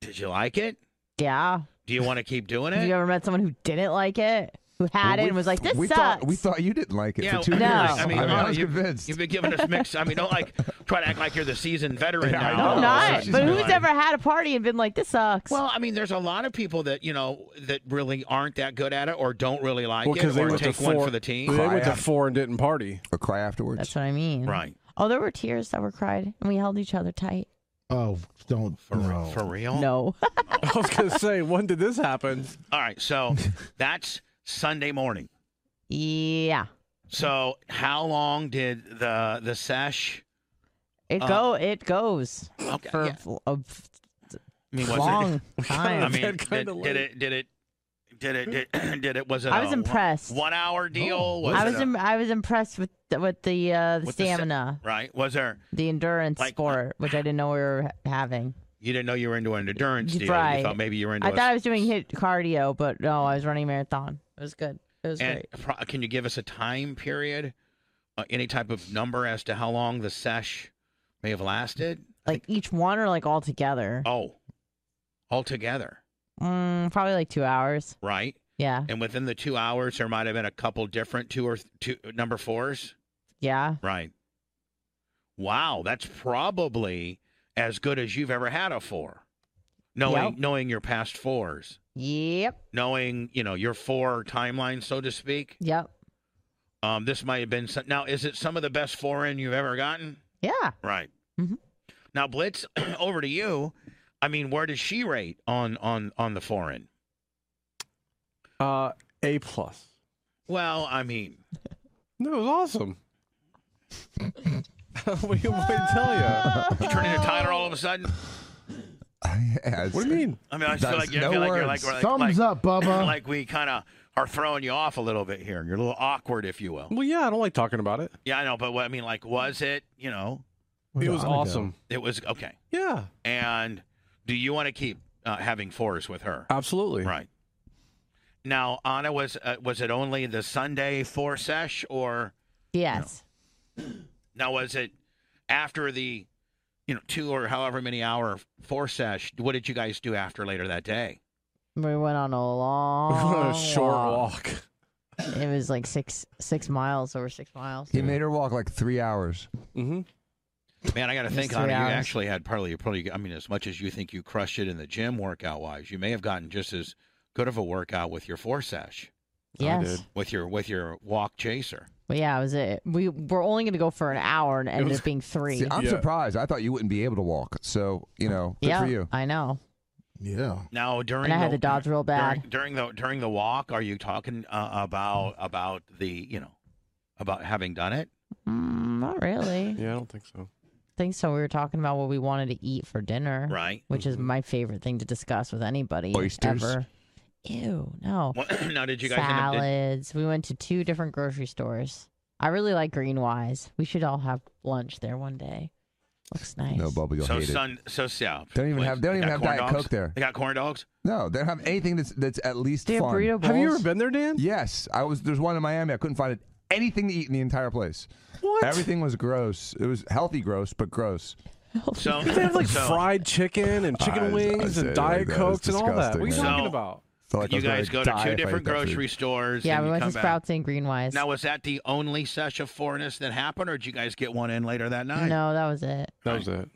did you like it? Yeah. Do you want to keep doing [laughs] Have you it? ever met someone who didn't like it? Who Well, had it we and was like, th- "This we sucks." Thought, we thought you didn't like it Yeah, for two No. years. I I mean, mean, I Anna, was you- convinced. [laughs] You've been giving us mixed. I mean, don't like try to act like you're the seasoned veteran Yeah, I now. know. I'm Oh, not. she's But who's Right. ever had a party and been like, "This sucks"? Well, I mean, there's a lot of people that you know that really aren't that good at it, or don't really like Well, it, because they or went to take four one for the team. They Cry went to out. four and didn't [laughs] party. or cry afterwards. that's what I mean. Right? Oh, there were tears that were cried, and we held each other tight. Oh, don't. For, no. for real? No. I was gonna say, when did this happen? All right. So [laughs] that's Sunday morning. [laughs] yeah. So how long did the the sesh? It Uh, go. It goes Okay. for yeah. a I mean, [laughs] was it? long time. I mean, That did, kinda did late. it? Did it? Did it? Did, [clears throat] did it? Was it? I was a one- impressed. One hour deal. was I it was a- Im- I was impressed with the, with the uh, the With the sta- stamina, right. Was there? the, endurance Like- sport, which I didn't know we were ha- having. You didn't know you were into an endurance deal. You Right. thought maybe you were into. I a- thought I was doing hit cardio, but no, I was running marathon. It was good. It was and great. pro- can you give us a time period? Uh, any type of number as to how long the sesh may have lasted? Like each one or like all together, Oh, altogether, mm, probably like two hours. right? Yeah, And within the two hours, there might have been a couple different two or th- two number fours. yeah. Right. Wow, that's probably as good as you've ever had a four. Knowing Yep. knowing your past fours, Yep. knowing you know your four timeline, so to speak. Yep. Um, this might have been some, now. Is it some of the best four in you've ever gotten? Yeah. Right. Mhm. Now, Blitz, [clears throat] over to you. I mean, where does she rate on on on the foreign? Uh, a plus. Well, I mean, No, it was awesome. [laughs] what do you want me to tell you? you turn into Tyler all of a sudden. yeah, What do you mean? I mean, I just feel That's like you I no feel like you're like words. we're like, like- Thumbs up, Bubba. [clears throat] like we kind of are throwing you off a little bit here. You're a little awkward, if you will. Well, yeah, I don't like talking about it. Yeah, I know, but what I mean, like, was it? You know, Where'd It was Anna go? awesome. it was okay. Yeah, And do you want to keep uh, having fours with her? absolutely. [laughs] Right. Now, Anna was uh, was it only the Sunday four sesh, or Yes. now was it after the you know two or however many hour four sesh? What did you guys do after later that day? We went on [laughs] a long a short walk. It was like six six miles over six miles. He made her walk like three hours. Mm-hmm. Man, I got to Just think, three Anna, you hours. actually had probably probably. I mean, as much as you think you crushed it in the gym workout wise, you may have gotten just as good of a workout with your four sesh. Yes. did. with your with your walk chaser. Well, yeah, it was it. We were only going to go for an hour and it ended was- up being three. See, I'm Yeah. surprised. I thought you wouldn't be able to walk. So, you know, good yeah, for you. I know. Yeah. Now during And I had the, to dodge real bad. During, during the during the walk, are you talking uh, about about the you know about having done it? Mm, not really. Yeah, I don't think so. think so. We were talking about what we wanted to eat for dinner, Right. which is my favorite thing to discuss with anybody Oysters? ever. Ew, no. What, [clears throat] now did you guys end up- did- Salads. We went to two different grocery stores. I really like Greenwise. We should all have lunch there one day. Looks nice. No, Bubba, you'll so hate sun so south. They don't even have- they don't even have Diet Coke there. They got corn dogs. it. No, they don't have anything that's, that's at least They have fun. burrito bowls. Have you ever [laughs] been there, Dan? Yes, I was. There's one in Miami. I couldn't find it. Anything to eat in the entire place. What? Everything was gross. It was healthy gross, but gross. So [laughs] They have like so, fried chicken and chicken I- I wings said it and diet like that. It's cokes and all that. What are you disgusting, man. talking So- about? Felt like Oh, I you was gonna guys go to die if I two ate different that food. grocery stores. Yeah, and we you went to come back. Sprouts and Greenwise. Now was that the only sesh of fourness that happened, or did you guys get one in later that night? no, that was it. That was it.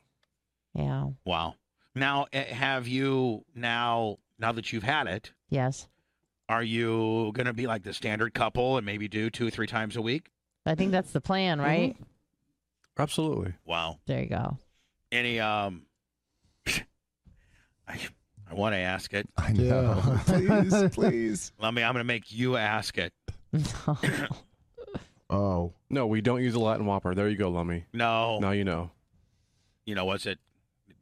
Yeah. Wow. Now eh, have you now now that you've had it, Yes. are you gonna be like the standard couple and maybe do two or three times a week? I think that's the plan, Mm-hmm. right? Absolutely. Wow. There you [coughs] go. [laughs] Any um [laughs] I I wanna ask it. I know. Yeah. [laughs] please, please. Let me I'm gonna make you ask it. Oh. No, we don't use a Latin Whopper. There you go, Lummy. No. Now you know. You know, was it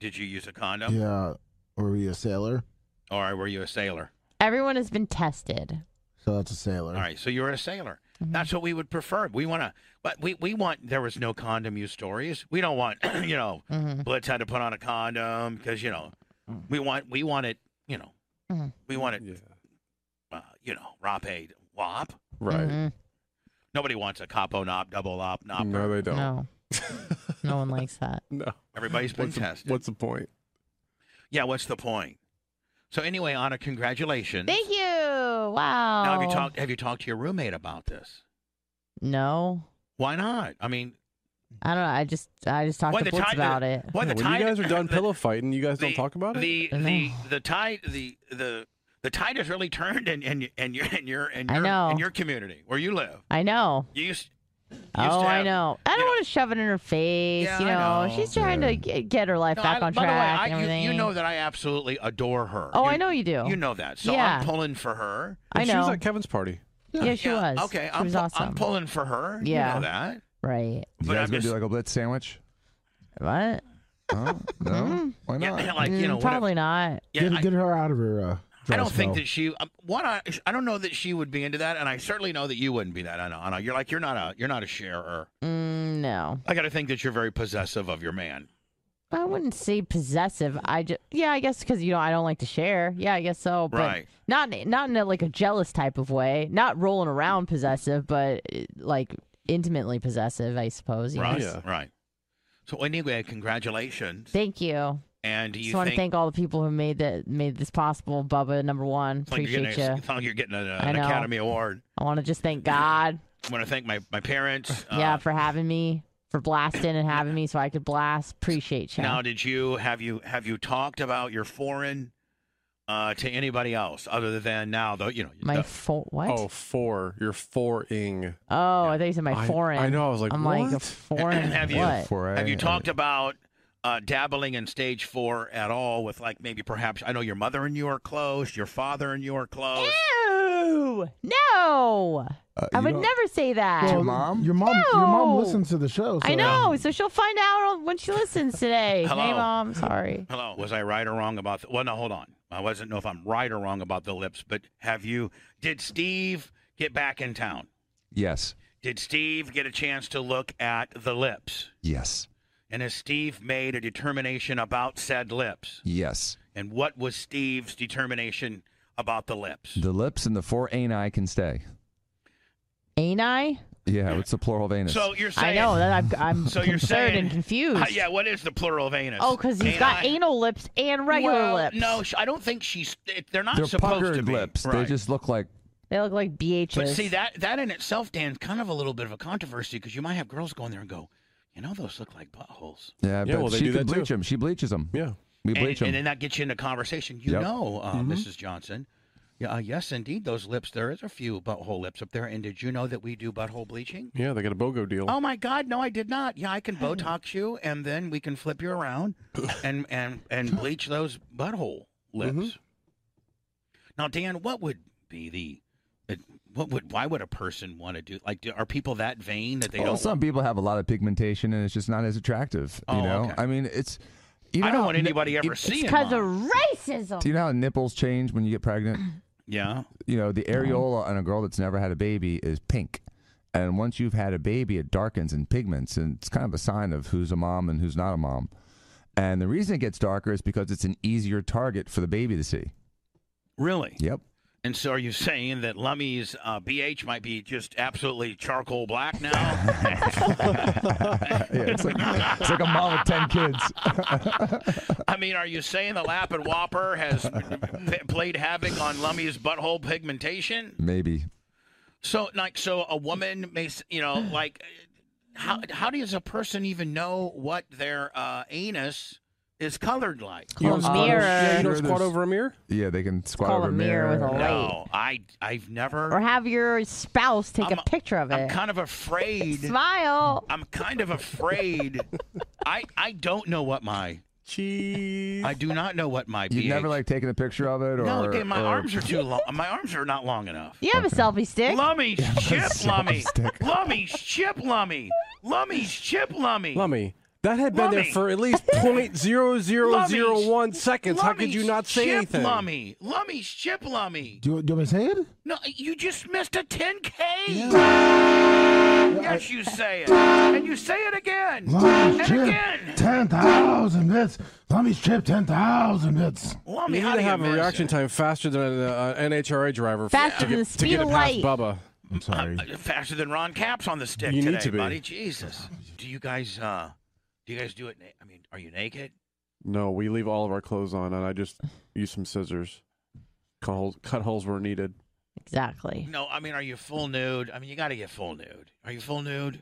did you use a condom? Yeah. Or be a sailor. Or were you a sailor? Everyone has been tested. So that's a sailor. All right, so you're a sailor. Mm-hmm. That's what we would prefer. We want to, but we, we want there was no condom use stories. We don't want [clears throat] you know Mhm. Blitz had to put on a condom because you know Mm. we want we want it you know Mm-hmm. Mhm. we want it Yeah. uh, you know rapade wop. Right. Mhm. Nobody wants a capo nop double op nop. No, they don't. No. no one likes [laughs] that. [laughs] No. Everybody's been What's the, tested. what's the point? yeah, what's the point? So anyway, Anna, congratulations. Thank you. Wow. Now have you talked have you talked to your roommate about this? No. Why not? I mean, I don't know. I just I just talked Why to the Blitz time- about it. what Yeah, the when tide- you guys are [laughs] done the- pillow fighting, you guys don't talk about it? The I the know. the tide the the the tide has really turned in in in your in your in I your, know. in your community where you live. I know. You used, you used Oh, to I have- know. I you don't know- want to shove it in her face. Yeah, you know, I know. she's trying to get, get her life No, back I- on by track the and way, I, everything. you, you know that I absolutely adore her. oh, you, I know you do. You know that, so Yeah. I'm pulling for her. I She was know. at Kevin's party. yeah, she Yeah, was. Okay, she I'm was pu- awesome. I'm pulling for her. Yeah. you know that. Right. But You guys I'm gonna just do like a blitz sandwich? What? [laughs] Huh? No. Why not? yeah, like you Mm, know, what- probably not. yeah, get, I- get her out of her. Uh, I dry don't think spell. that she. um, What I, I don't know that she would be into that, and I certainly know that you wouldn't be that. I know. I know. You're like you're not a you're not a sharer. Mm, no. I got to think that you're very possessive of your man. I wouldn't say possessive. I just, yeah, I guess because you know I don't like to share. Yeah, I guess so. But Right. Not not in a, like a jealous type of way. Not rolling around possessive, but eh, like intimately possessive, I suppose. Yes. Right. Yeah. Right. So anyway, congratulations. Thank you. and do you Just want to think, thank all the people who made that made this possible. Bubba, number one, it's like you're appreciate getting a- you. it's like you're getting an, uh, I an know. Academy Award. I want to just [clears throat] thank God, I want to thank my my parents. [laughs] yeah, Uh, for having me, for blasting and having me, so I could blast. Appreciate you. Now, did you have you have you talked about your foreign uh, to anybody else other than now though? You know, my the- fo- what? Oh, four. You're four-ing. Oh, I thought you said my I- foreign. I know, I was like, I'm like a what? foreign. [clears throat] Have you- what? For have a- you talked about uh, dabbling in stage four at all? With like maybe perhaps I know your mother and you are close, your father and you are close. Ew! No, Uh, I you would don't- never say that. Your mom? Your mom. Your No. mom listens to the show. So I know, so she'll find out on- when she listens [laughs] today. Hello. Hey, [laughs] mom, sorry. Hello. Was I right or wrong about? The, well, no, hold on. I wasn't know if I'm right or wrong about the lips, but have you? Did Steve get back in town? Yes. Did Steve get a chance to look at the lips? Yes. And has Steve made a determination about said lips? Yes. And what was Steve's determination about the lips? The lips and the four ani can stay. Ain't I? Yeah. What's the plural of anus? so you're saying? I [laughs] know that I'm, I'm So you're concerned saying- and confused. Uh, [laughs] yeah. What is the plural of anus? Oh, because he's Ain't got I- anal lips and regular Well, lips. No, sh- I don't think she's. They're not they're supposed puckered to be. lips. They Right. just look like they look like BHs. But see that that in itself, Dan, kind of a little bit of a controversy because you might have girls go in there and go, you know, those look like buttholes, yeah. but well, they she do can that too. bleach them. She bleaches them. Yeah. We and, bleach and them. then that gets you into conversation. You Yep. Mm-hmm. know, uh, Mrs. Johnson, Yeah, uh, yes, indeed, those lips. There is a few butthole lips up there. And did you know that we do butthole bleaching? Yeah, they got a BOGO deal. Oh my God, no, I did not. Yeah, I can Hmm. Botox you, and then we can flip you [laughs] around, and and and bleach those butthole lips. Mm-hmm. Now, Dan, what would be the, it- what would why would a person want to do like? Do, are people that vain that they Well, don't? Oh, some people have a lot of pigmentation and it's just not as attractive. Oh, you know, okay. I mean, it's. You know I don't how want ni- anybody ever seeing Because of mine. racism. Do you know how nipples change when you get pregnant? Yeah, You know, the areola on a girl that's never had a baby is pink. And once you've had a baby, it darkens and pigments. And it's kind of a sign of who's a mom and who's not a mom. And the reason it gets darker is because it's an easier target for the baby to see. really. Yep. [laughs] And so, are you saying that Lummy's uh, BH might be just absolutely charcoal black [laughs] now? Yeah, it's, like, it's like a mom with 10 kids. I mean, are you saying the Lapid Whopper has [laughs] p- played havoc on Lummy's butthole pigmentation? Maybe. So, like, so a woman may, s- [sighs] you know, like, how how does a person even know what their uh, anus is colored like? You Well, don't squat mirror. over- yeah, you don't Sure, squat there's- over a mirror? Yeah, they can squat called over a mirror with a light. No, I I've Or never. have your spouse take I'm- a picture of I'm it. kind of afraid. Smile. I'm kind [laughs] of afraid. I I don't know what my Cheese. I do not know what my. You've BH never like taken a picture of it, or No, dude, my or- arms are too long. My arms are not long [laughs] enough. You have a selfie stick. Lummy's chip, so Lummy. stick. Lummy's chip, Lummy. Lummy's chip, Lummy. Lummy. That had been Lummy. there for [laughs] at least Lummy. 0.0001 seconds. How could you Lummy's not say chip, anything? Lummy. Lummy's chip, Lummy. Do you, do you want me to say it? No, you just missed a 10K. Yeah, Yes, you say it. And you say it again. Lummy's and chip, again. 10,000 bits. Lummy's chip, 10,000 bits. You Lummy, need how to do have you a miss reaction it? time faster than an uh, an NHRA driver. Faster to than get- the to speed get of it past light. Bubba. I'm sorry. Uh, faster than Ron Caps on the stick You need today, to be. buddy. Jesus. Do you guys uh do you guys do it na- I mean, are you naked? No, we leave all of our clothes on, and I just use some scissors. Cut holes, cut holes where needed. Exactly. No, I mean, are you full nude? I mean, you got to get full nude. Are you full nude?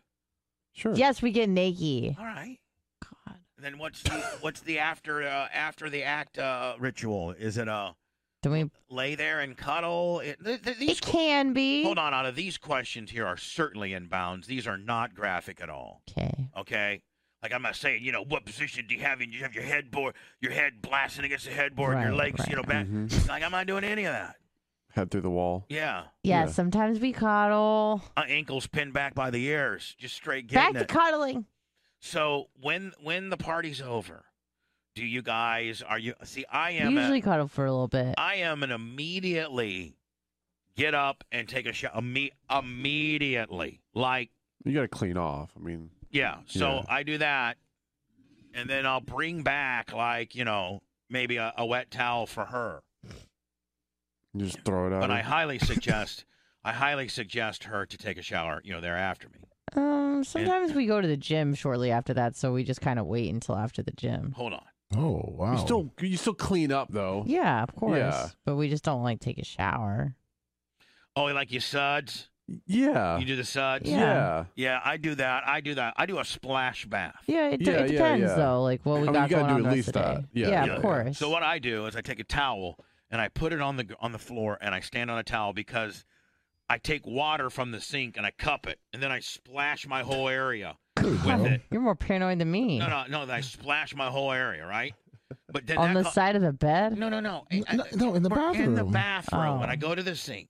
Sure. Yes, we get naked. All right. God. Then what's the what's the after uh, after the act uh, ritual? Is it uh Then we. lay there and cuddle? It, th- th- these It can be. hold on, Anna. These questions here are certainly in bounds. These are not graphic at all. Okay. Okay. Like I'm not saying, you know, what position do you have? And you have your headboard, your head blasting against the headboard, and your Right, legs, you right. Mm-hmm. know, back. hmm Like I'm not doing any of that. Head through the wall. Yeah, Yeah, Yeah. Sometimes we cuddle. uh, ankles pinned back by the ears, just straight Back getting to it. cuddling. So when when the party's over, do you guys are you see I am a- Usually cuddle for a little bit. I am an immediately get up and take a shower imme- immediately. Like You got to clean off. I mean, yeah, so Yeah. I do that and then I'll bring back like, you know, maybe a, a wet towel for her. you just throw it out. But I [laughs] highly suggest I highly suggest her to take a shower, you know, there after me. Um, sometimes we go to the gym shortly after that, so we just kind of wait until after the gym. Hold on. Oh, wow. You still, you still clean up though. Yeah, of course. Oh. Yeah. But we just don't like take a shower. Oh, you like your suds? Yeah. You do the suds? Uh, Yeah. yeah. Yeah, I do that. I do that. I do a splash bath. Yeah, it, d- Yeah, it yeah, depends yeah. though. Like what we I mean, got you gotta going do on at the rest least of the day. that. Yeah, yeah, yeah, of yeah. course. So what I do is I take a towel and I put it on the gr- on the floor and I stand on a towel because I take water from the sink and I cup it and then I splash my whole area There you with go. it. You're more paranoid than me. No, no, no. I splash my whole area, right? But then on that the co- side of the bed. No, no, no. I- N- I- no, no, in the we're In the bathroom. bathroom, Oh. and I go to the sink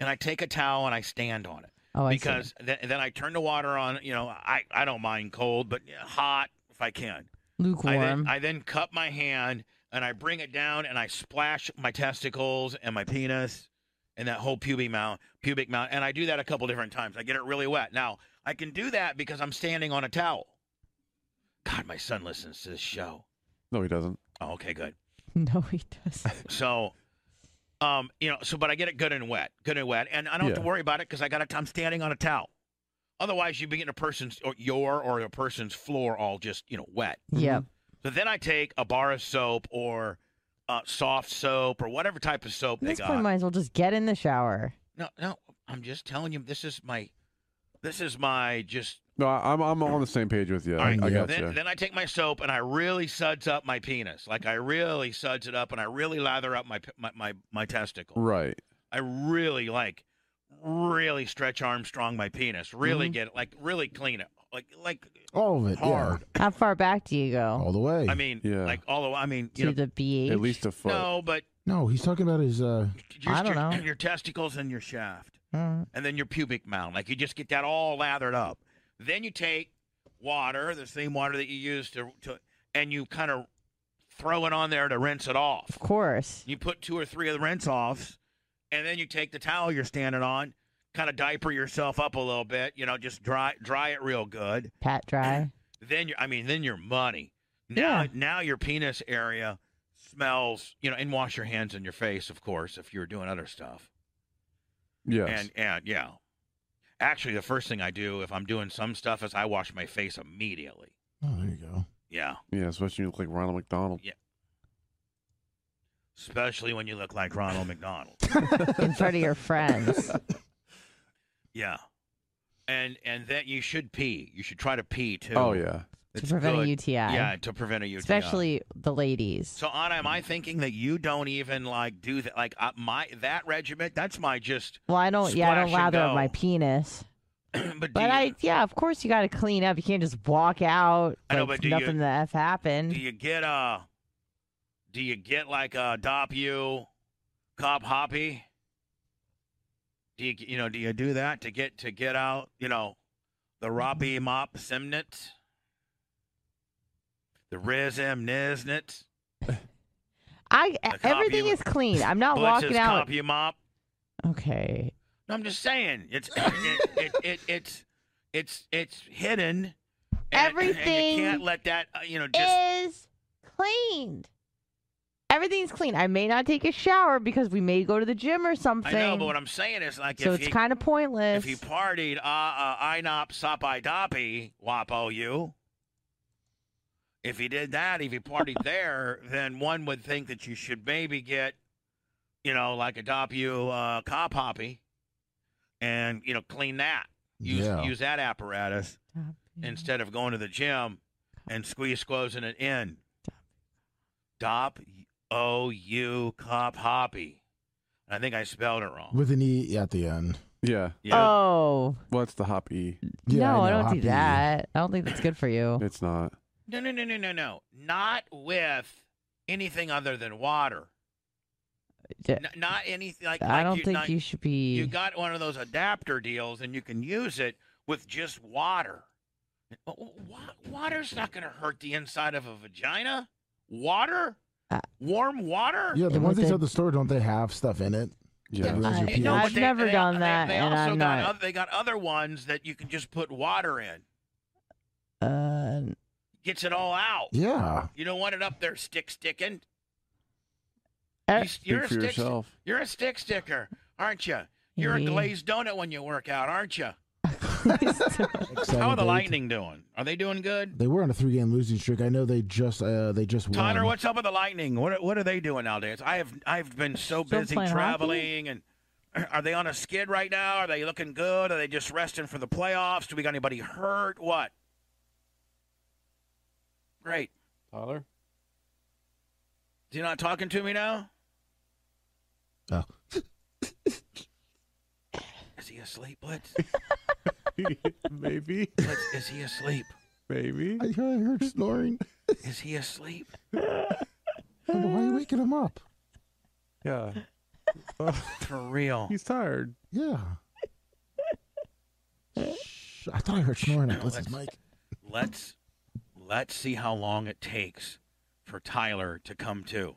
and I take a towel and I stand on it oh, I see. because th- then I turn the water on. You know, I I don't mind cold, but hot if I can. I lukewarm. then, I then cup my hand and I bring it down and I splash my testicles and my penis and that whole pubic mount, pubic mount. And I do that a couple different times. I get it really wet. Now I can do that because I'm standing on a towel. God, my son listens to this show. No, he doesn't. Oh, okay, good. [laughs] no, he does. [laughs] So, um, you know, so but I get it good and wet, good and wet, and I don't have to Yeah. worry about it because I got it. I'm standing on a towel. Otherwise, you'd be getting a person's or your or a person's floor all just you know wet. Yep. So then I take a bar of soap or uh, soft soap or whatever type of soap At they this point, got. might as well just get in the shower. no, no, I'm just telling you, this is my, this is my just No, I, I'm I'm on the same page with you. All right, I got then, you. then I take my soap and I really suds up my penis. Like I really suds it up and I really lather up my p- my my, my testicle. Right. I really like really stretch Armstrong my penis. Really Mm-hmm. get it like really clean it. Like like All of it. hard. How far back do you Yeah. go? All the way. I mean Yeah. like all the I mean you To know the BH? At least a foot. no, but no, he's talking about his. uh just I your, don't know. your testicles and your shaft. Mm. and then your pubic mound. Like you just get that all lathered up. Then you take water, the same water that you use to, to and you kind of throw it on there to rinse it off. Of course. You put two or three of the rinse offs, and then you take the towel you're standing on, kind of diaper yourself up a little bit, you know, just dry dry it real good. [laughs] Pat dry. Then you I mean, then you're money. Now Yeah. now your penis area smells, you know, and wash your hands and your face, of course, if you're doing other stuff. Yes. And and yeah. Actually, the first thing I do if I'm doing some stuff is I wash my face immediately. Oh, there you go. Yeah. yeah, especially when you look like Ronald McDonald. Especially when you look like Ronald McDonald. In front of your friends. Yeah. And and then you should pee. You should try to pee too. Oh yeah. to It's prevent good. a UTI. Yeah, to prevent a UTI. Especially the ladies. So Anna, am I thinking that you don't even like do that? Like uh, my that regiment, that's my just. [clears throat] well, I don't. Yeah, I don't splash and lather up go. my penis. but do But you, I, yeah, of course you got to clean up. You can't just walk out I like know, but do you- nothing the f happened. do you get uh, do you get like a dop you, cop hoppy? Do you you know do you do that to get to get out you know, the Mm-hmm. roppy mop simnit, the riz em niznit, I e, cop everything you- is clean. I'm not blitz's walking out. cop you mop. Okay. No, I'm just saying it's it, it, it, it's it's it's hidden. and- and Everything you can't let that uh, you know just is cleaned. Everything's clean. I may not take a shower because we may go to the gym or something. I know, but what I'm saying is like so if it's you kind of If pointless. he partied, uh, uh, inop sopi dopi wapo you. If he did that, if he [laughs] partied there, then one would think that you should maybe get, you know, like a dop you uh, cop hoppy, and you know, clean that. Use yeah. use that apparatus instead of going to the gym and squeeze squozing it in. Dop o u cop hoppy. I think I spelled it wrong. With an e at the end. Yeah. yeah. Oh Well, it's the hop E. Yeah, no, I I, know, don't hoppy. do that. I don't think that's good for you. It's not. No, no, no, no, no, no. Not with anything other than water. D- N- not anything [laughs] like. I like don't think not- you should be. You got one of those adapter deals, and you can use it with just water. Wa- wa- Water's not going to hurt the inside of a vagina. Water, Uh, warm water. Yeah, the And with ones they sell the- at the store don't they have stuff in it? Yeah. That lowers your I- pH. Uh, No, I've Eh, but they- never they- done they- that, They, and also I'm got not- Other, they got other ones that you can just put water in. uh, Gets it all out. Yeah. You don't want it up there stick sticking. Uh, You- you're a Speak for stick yourself. You're a stick sticker, aren't you? You're a Yeah. glazed donut when you work out, aren't you? Excited How are the date. Lightning doing? Are they doing good? They were on a three-game losing streak. I know they just uh, they just Tyler, won. what's up with the Lightning? What what are they doing nowadays? I have I've been so Still busy playing hockey? traveling and [clears throat] are they on a skid right now? Are they looking good? Are they just resting for the playoffs? Do we got anybody hurt? What? Great. Tyler. You're not talking to me now? Oh. Is he asleep, Blitz? maybe. Blitz, is he asleep? Maybe. I heard, I heard snoring. Is he asleep? I wonder Why are you waking him up? [laughs] Yeah. For real. He's tired. [laughs] Yeah. Shh, I thought I heard snoring at Blitz's mic. let's let's see how long it takes for Tyler to come to.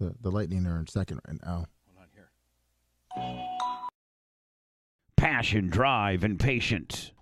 The, the lightning are in second right now. Hold on here. Passion, drive, and patience.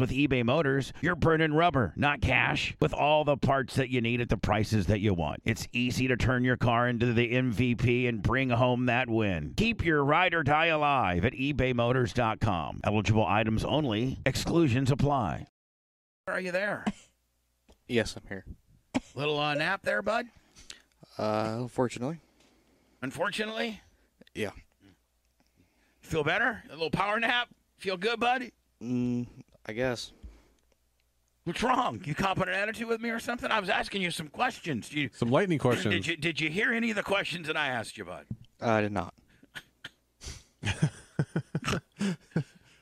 with eBay Motors, you're burning rubber, not cash, with all the parts that you need at the prices that you want. It's easy to turn your car into the MVP and bring home that win. Keep your ride or die alive at ebaymotors.com. Eligible items only, exclusions apply. Are you there? Yes, I'm here. Little uh, nap there, bud? Uh, unfortunately. Unfortunately? Yeah. Feel better? A little power nap? Feel good, bud? Mm, I guess. What's wrong? You copping an attitude with me or something? I was asking you some questions. You, Some lightning questions. Did you did you hear any of the questions that I asked you, bud? I did not.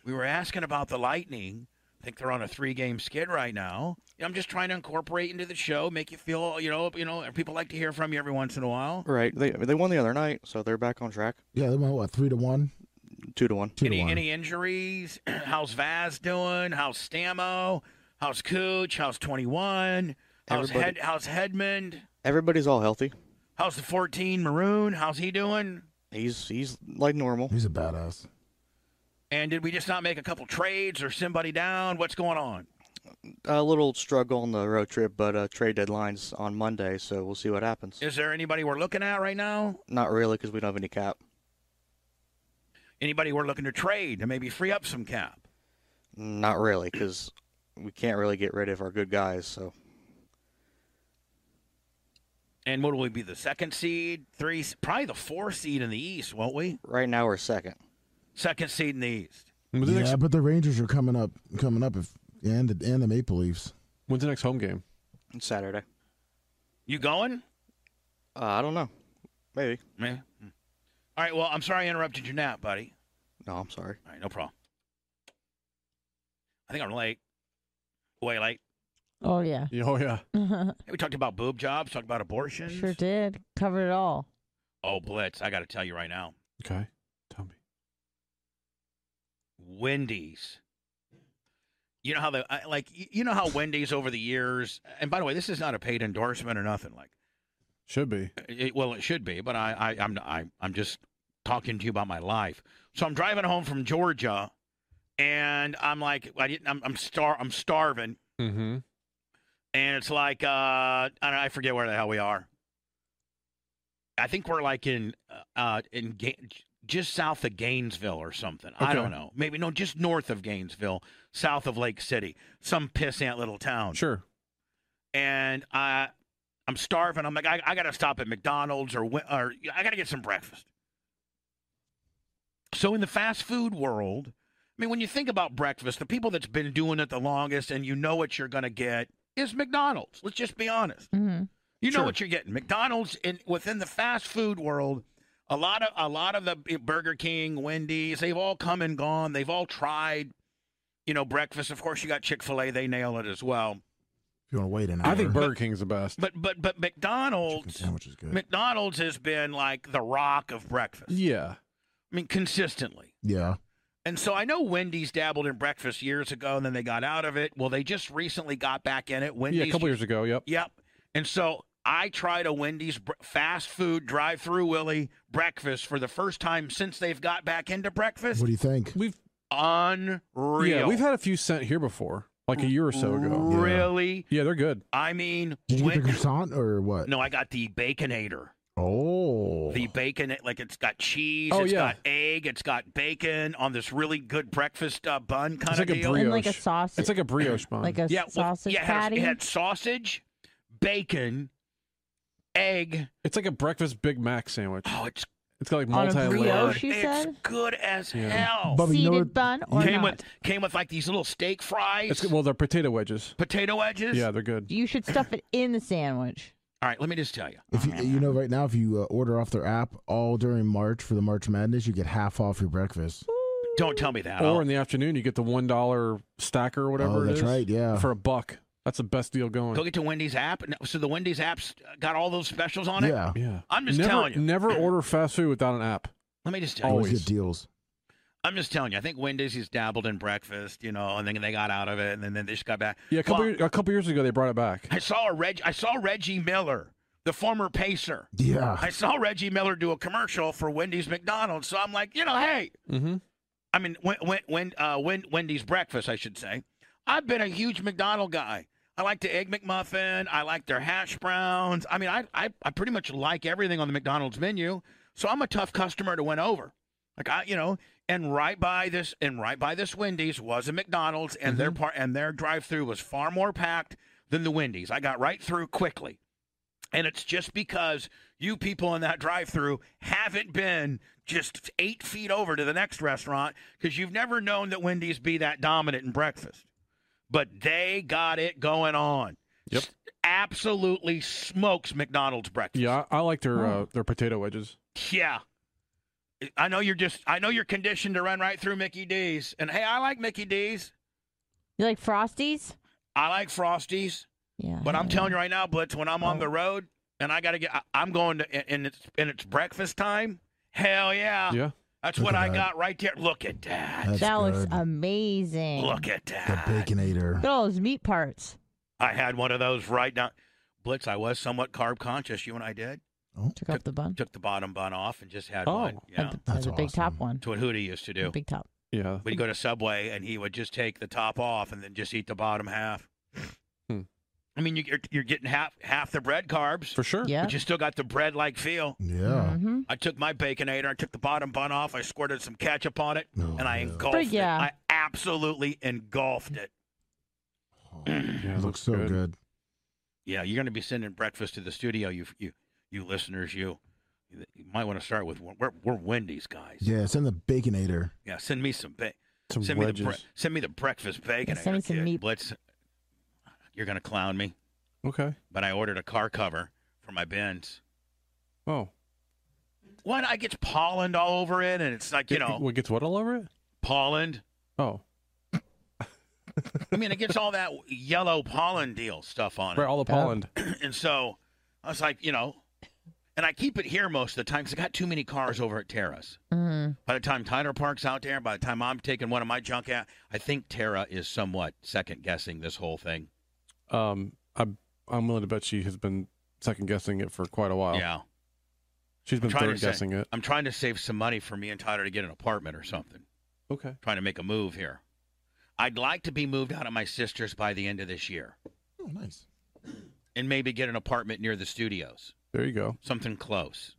We were asking about the Lightning. I think they're on a three-game skid right now. I'm just trying to incorporate into the show, make you feel, you know, you know, people like to hear from you every once in a while. Right. They they won the other night, so they're back on track. Yeah, they went what three to one, Two to one. two to any, one. any injuries? [clears throat] How's Vaz doing? How's Stamo? How's Cooch? How's 21? How's, Head, Everybody- how's Hedmond? Everybody's all healthy. How's the 14 Maroon? How's he doing? He's he's like normal. He's a badass. And did we just not make a couple trades or somebody down? What's going on? A little struggle on the road trip, but uh, trade deadline's on Monday, so we'll see what happens. Is there anybody we're looking at right now? Not really, because we don't have any cap. Anybody we're looking to trade to maybe free up some cap? Not really, because we can't really get rid of our good guys. So And what will we be? The second seed, three, probably the four seed in the East, won't we? right now we're second. Second seed in the East. When's the, Yeah, next, but the Rangers are coming up, coming up, if and the, and the Maple Leafs. when's the next home game? It's Saturday. You going? Uh, I don't know. Maybe. Yeah. All right. Well, I'm sorry I interrupted your nap, buddy. No, I'm sorry. All right, no problem. I think I'm late. Way late. Oh yeah, [laughs] Yeah, Oh yeah. Hey, we talked about boob jobs. Talked about abortions. sure did. Covered it all. Oh, Blitz! I got to tell you right now, Okay. Tell me. Wendy's. You know how the I- like you you know how Wendy's over the years, and by the way, this is not a paid endorsement or nothing. Like. Should be. It, well, it should be, but I, I, I'm, I, I'm just talking to you about my life. So I'm driving home from Georgia, and I'm like, I didn't, I'm, I'm star, I'm starving, Mm-hmm. and it's like, uh, I, don't, I forget where the hell we are. I think we're like in, uh, in Ga- just south of Gainesville or something. I Okay. don't know. Maybe no, just north of Gainesville, south of Lake City, some pissant little town Sure. and I, I'm starving. I'm like, I, I got to stop at McDonald's or Wen- or I got to get some breakfast. So in the fast food world, I mean, when you think about breakfast, the people that's been doing it the longest and you know what you're going to get is McDonald's. Let's just be honest. hmm You know Sure. what you're getting. McDonald's in within the fast food world, a lot of a lot of the eh, Burger King, Wendy's, they've all come and gone. They've all tried, you know, breakfast. Of course, you got Chick Fil A. They nail it as well. If you want to wait an hour, I think Burger King's the best. But but but chicken McDonald's sandwich is good. McDonald's has been like the rock of breakfast. yeah. I mean, consistently. yeah, And so I know Wendy's dabbled in breakfast years ago, and then they got out of it. Well, they just recently got back in it. Wendy's. yeah. A couple years ago. Yep. Yep. And so I tried a Wendy's br- fast food drive-through Willie breakfast for the first time since they've got back into breakfast. what do you think? We've Unreal. yeah we've had a few sent here before, like a year or so ago. Really? Yeah, they're good. I mean, Did you get the Wen- croissant or what? no, I got the Baconator. Oh, the bacon like it's got cheese Oh, it's yeah. got egg it's got bacon on this really good breakfast uh, bun kind It's of like a Oh, deal brioche. And like a sausage. It's like a brioche bun. like a yeah well, sausage yeah, it had- patty. it had sausage bacon egg it's like a breakfast Big Mac sandwich. oh it's It's got like On a multi layered. brioche? good you it's said? good as Yeah. hell Bubba, you know seeded what- bun or came not. with came with like these little steak fries It's well, they're potato wedges. potato wedges Yeah, they're good. You should stuff it in the sandwich. all right let me just tell you If you, you know, right now, if you uh, order off their app all during March for the March Madness, you get half off your breakfast. don't tell me that Or I'll- in the afternoon, you get the one dollar stacker or whatever oh, it that's is, right. Yeah, for a buck. That's the best deal going. go get to wendy's app No, so the wendy's app's uh, got all those specials on it yeah, yeah, I'm just never, telling you. Never order fast food without an app. let me just tell you always Always. good deals. I'm just telling you. I think Wendy's has dabbled in breakfast, you know, and then they got out of it, and then, then they just got back. Yeah, a couple Well, year- a couple years ago they brought it back. I saw a Reg. I saw Reggie Miller, the former Pacer. Yeah, I saw Reggie Miller do a commercial for Wendy's McDonald's. So I'm like, you know, hey, Mm-hmm. I mean, when, when, when, uh, when Wendy's breakfast, I should say. I've been a huge McDonald guy. I like the egg McMuffin. I like their hash browns. I mean, I, I, I pretty much like everything on the McDonald's menu. So I'm a tough customer to win over. Like I, you know, and right by this, and right by this Wendy's was a McDonald's, and their part and their drive-through was far more packed than the Wendy's. I got right through quickly. And it's just because you people in that drive through haven't been just eight feet over to the next restaurant because you've never known that Wendy's be that dominant in breakfast. But they got it going on. Yep. Absolutely smokes McDonald's breakfast. Yeah, I I like their uh, their potato wedges. Yeah. I know you're just, I know you're conditioned to run right through Mickey D's. And hey, I like Mickey D's. You like Frosties? I like Frosties. Yeah. But I'm telling you right now, Blitz, when I'm on the road and I got to get, I, I'm going to, and- and it's and it's breakfast time. Hell yeah. Yeah. That's Look what at I that. got right there. Look at that. That's that looks good. amazing. Look at the that. baconator. Look at all those meat parts. I had one of those right now. Blitz, I was somewhat carb conscious. You and I did. Took off the bun. Took the bottom bun off and just had Oh. one. Yeah. Had the, That's had the big top awesome. one. That's what Hootie used to do. Big top. Yeah. We'd go to Subway and he would just take the top off and then just eat the bottom half. Hmm. I mean, you, you're, you're getting half half the bread carbs, For sure. Yeah. but you still got the bread like feel. Yeah. hmm I took my baconator, I took the bottom bun off, I squirted some ketchup on it, Oh, and I yeah. engulfed But yeah. it. I absolutely engulfed it. Yeah, it looks so good. Yeah, you're going to be sending breakfast to the studio, you you you listeners. You you might want to start with we're we're Wendy's guys. Yeah, send the baconator. Yeah, send me some ba- Some send wedges. me the bre- send me the breakfast bacon. Yeah, send me some meat. Blitz, you're going to clown me, okay. but I ordered a car cover for my Benz. Oh. What I gets pollen all over it, and it's like you It- know What gets what all over it? pollen. Oh. I mean, it gets all that yellow pollen deal stuff on it. Right, all the Uh, pollen. And so I was like, you know, and I keep it here most of the time because I got too many cars over at Terra's. Mm. By the time Tyler Park's out there, by the time I'm taking one of my junk out, I think Tara is somewhat second guessing this whole thing. Um, I'm I'm willing to bet she has been second guessing it for quite a while. Yeah. She's been trying to third guessing it. I'm trying to save some money for me and Tyler to get an apartment or something. Okay. Trying to make a move here. I'd like to be moved out of my sister's by the end of this year Oh, nice. and maybe get an apartment near the studios. There you go. something close,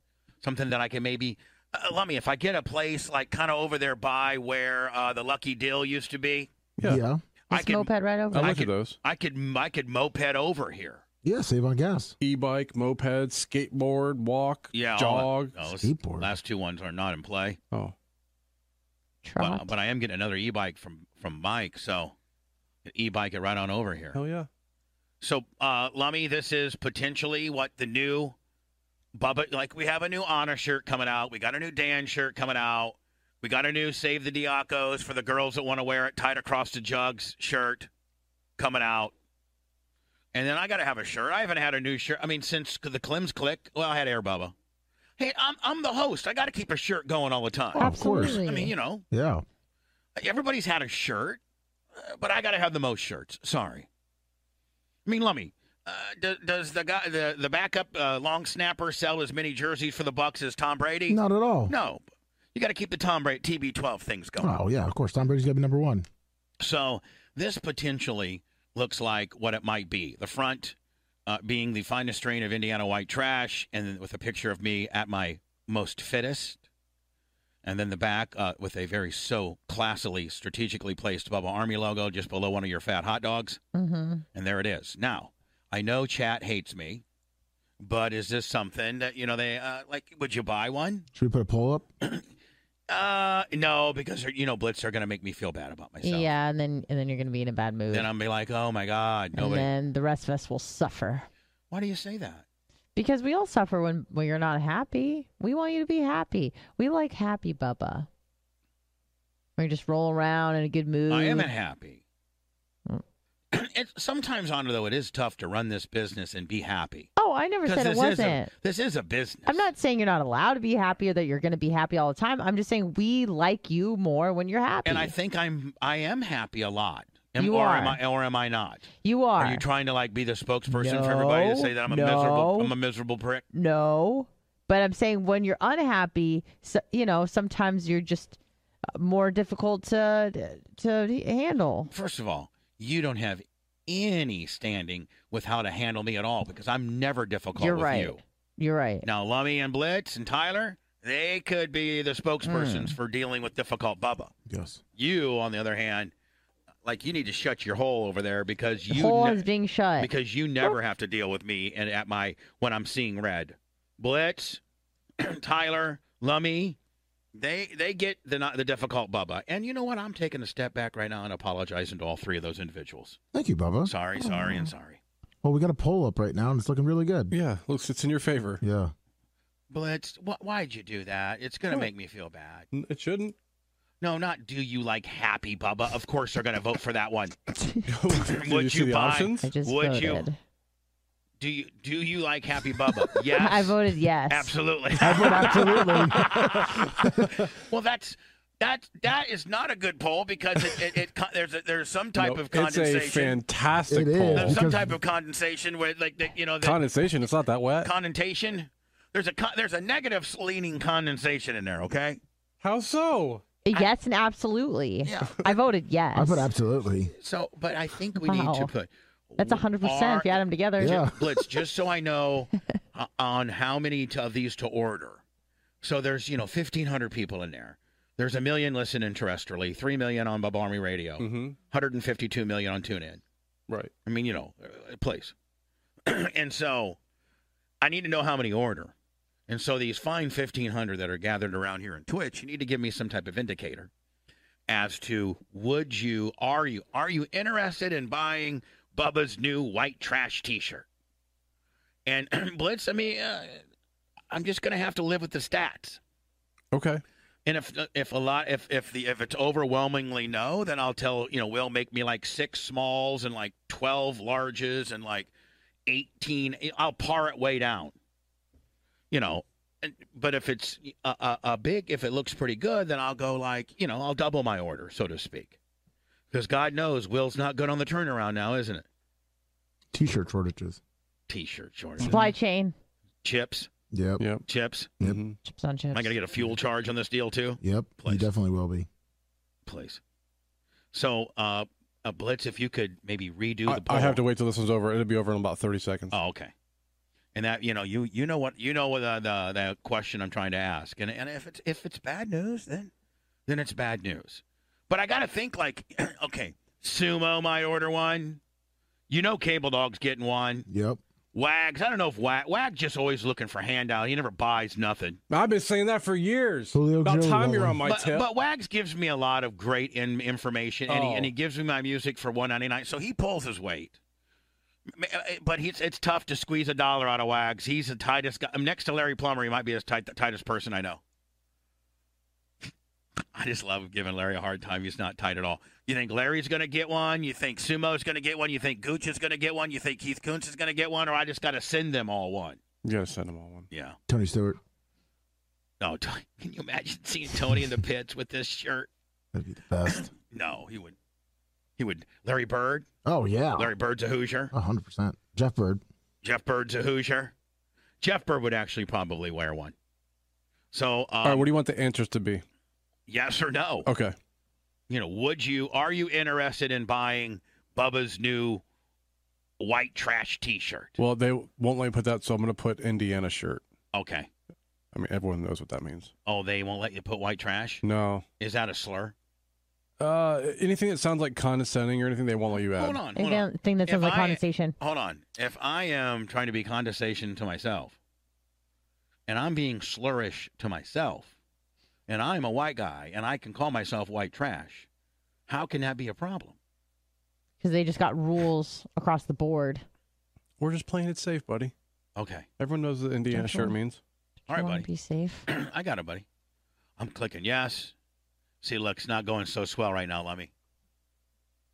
something that I can maybe. Uh, let me, if I get a place like kind of over there by where uh, the Lucky Dill used to be, Yeah. Yeah. yeah. I This could, moped right I over. I looked could- at those. I could, I could moped over here. save on gas. E-bike, moped, skateboard, walk, Yeah, all jog. that- no, this- Skateboard. Last two ones are not in play, Oh. Trot. Uh-huh. but, but I am getting another e-bike from from Mike, so e-bike it right on over here. Hell yeah. So, uh, Lummy, this is potentially what the new Bubba, like we have a new honor shirt coming out. We got a new Dan shirt coming out. We got a new Save the Diacos for the girls that want to wear it tied across the jugs shirt coming out. And then I got to have a shirt. I haven't had a new shirt. I mean, since the Clem's Click, well, I had Air Bubba. Hey, I'm, I'm the host. I got to keep a shirt going all the time. Oh, of course. Absolutely. I mean, you know, Yeah. Everybody's had a shirt, uh, but I got to have the most shirts. Sorry. I mean, Lummy, uh, do, does the guy, the the backup uh, long snapper, sell as many jerseys for the Bucks as Tom Brady? Not at all. No. You got to keep the Tom Brady TB12 things going. Oh yeah, of course. Tom Brady's gonna be number one. So this potentially looks like what it might be. The front uh, being the finest strain of Indiana white trash, and then with a picture of me at my most fittest, and then the back uh, with a very so classily, strategically placed Bubba Army logo just below one of your fat hot dogs. mm-hmm. And there it is. Now, I know chat hates me, but is this something that you know they uh, like? Would you buy one? Should we put a poll up? Uh, no, because you know Blitz are going to make me feel bad about myself. Yeah, and then and then you're gonna be in a bad mood. Then I'm be like, oh my god, and nobody. then the rest of us will suffer. Why do you say that? Because we all suffer when, when you're not happy. We want you to be happy. We like happy Bubba. Where you just roll around in a good mood. I am happy. [clears throat] Mm. it's, sometimes, Honor, though, it is tough to run this business and be happy. Oh, I never 'Cause said it this is a- wasn't. this is a business. I'm not saying you're not allowed to be happy or that you're going to be happy all the time. I'm just saying we like you more when you're happy. And I think I'm. I am happy a lot. Am, You or are. am I? Or am I not? you are. you trying to like be the spokesperson for everybody to No, say that I'm a no. miserable? I'm a miserable prick. no, but I'm saying when you're unhappy, so, you know, sometimes you're just uh, more difficult to to handle. First of all, you don't have any standing with how to handle me at all because I'm never difficult You're with right. you. You're right. Now, Lummy and Blitz and Tyler, they could be the spokespersons Hmm. for dealing with difficult Bubba. Yes. You, on the other hand, like you need to shut your hole over there because you Hole ne- is being shut. because you never have to deal with me and at my when I'm seeing red. Blitz, [clears throat] Tyler, Lummy, they they get the not the difficult Bubba. And you know what? I'm taking a step back right now and apologizing to all three of those individuals. Thank you, Bubba. Sorry, sorry, and sorry. Well, we got a poll up right now, and it's looking really good. Yeah, looks it's in your favor. Yeah. Blitz, wh- why'd you do that? It's gonna make me feel bad. [laughs] It shouldn't. [laughs] No, not do you like happy Bubba? Of course they're gonna vote for that one. Did you Would see you the buy- options? I just Would you- voted. [laughs] Do you do you like happy Bubba? Yes. I voted yes. Absolutely. well, that's that that is not a good poll because it, it, it con- there's a, there's some type Nope, of it's condensation. a fantastic It poll. is. There's some because- type of condensation where like the, you know the Condensation. It's not that wet. connotation. There's a con- there's a negative leaning condensation in there. Okay. How so? Yes and absolutely. Yeah. I voted yes. I put absolutely. So, but I think we need to Wow. put. That's hundred percent. If you add them together, Yeah. Blitz, just so I [laughs] know uh, on how many to, of these to order. So there's, you know, 1,500 people in there. There's a million listening terrestrially, 3 million on Bob Army Radio, Mm-hmm. 152 million on TuneIn. Right. I mean, you know, uh, place. [clears throat] and so I need to know how many order. And so these fine 1,500 that are gathered around here in Twitch, you need to give me some type of indicator as to would you, are you, are you interested in buying Bubba's new white trash t shirt? And [clears throat] Blitz, I mean, uh, I'm just going to have to live with the stats. Okay. And if uh, if a lot if if the if it's overwhelmingly no, then I'll tell you know Will make me like six smalls and like twelve larges and like eighteen. eh, I'll par it way down. You know, and, but if it's a, a, a big, if it looks pretty good, then I'll go like you know I'll double my order so to speak. Because God knows Will's not good on the turnaround now, isn't it? T-shirt shortages. T-shirt shortage, supply chain chips, Yep. Yeah. chips. Yep. Mhm. chips on chips. Am I gonna get a fuel charge on this deal too? Yep. Place. You definitely will be. place. So, uh, uh, Blitz, if you could maybe redo I, the poll. I have to wait till this one's over. It'll be over in about thirty seconds. Oh, okay. And that you know you you know what you know what the the, the question I'm trying to ask, and and if it's if it's bad news, then then it's bad news. But I gotta think like, [clears throat] okay, Sumo might order one. You know, Cable Dog's getting one. Yep. Wags, I don't know if Wag Wag just always looking for handout. He never buys nothing. I've been saying that for years. Julio about Jones, time that you're one. on my but, tip. but Wags gives me a lot of great in, information, and, he, Oh. and he gives me my music for one ninety nine. So he pulls his weight. M- uh, But he's, it's tough to squeeze a dollar out of Wags. He's the tightest guy. I'm next to Larry Plummer. He might be the tight, tightest person I know. I just love giving Larry a hard time. He's not tight at all. You think Larry's going to get one? You think Sumo's going to get one? You think Gooch is going to get one? You think Keith Koontz is going to get one? Or I just got to send them all one? you gotta send them all one. Yeah. Tony Stewart. No, Tony, [laughs] can you imagine seeing Tony in the pits with this shirt? That'd be the best. No, he would. He would. Larry Bird. Oh yeah. Larry Bird's a Hoosier. hundred percent. Jeff Bird. Jeff Bird's a Hoosier. Jeff Bird would actually probably wear one. So, um, all right. What do Oh. you want the answers to be? yes or no? Okay. You know, would you? Are you interested in buying Bubba's new white trash T-shirt? Well, they won't let me put that, so I'm gonna put Indiana shirt. Okay. I mean, everyone knows what that means. Oh, they won't let you put white trash. No. Is that a slur? Uh, anything that sounds like condescending or anything they won't let you add. Hold on. Anything Hold on. thing that If sounds like I- condensation. Hold on. If I am trying to be condescension to myself, and I'm being slurish to myself, and I'm a white guy, and I can call myself white trash, how can that be a problem? because they just got rules across the board. We're just playing it safe, buddy. Okay. Everyone knows what Indiana Don't you shirt want- means. All right, You wanna buddy. Be safe. I got it, buddy. [clears throat] I'm clicking yes. See, look, it's not going so swell right now, Lummy.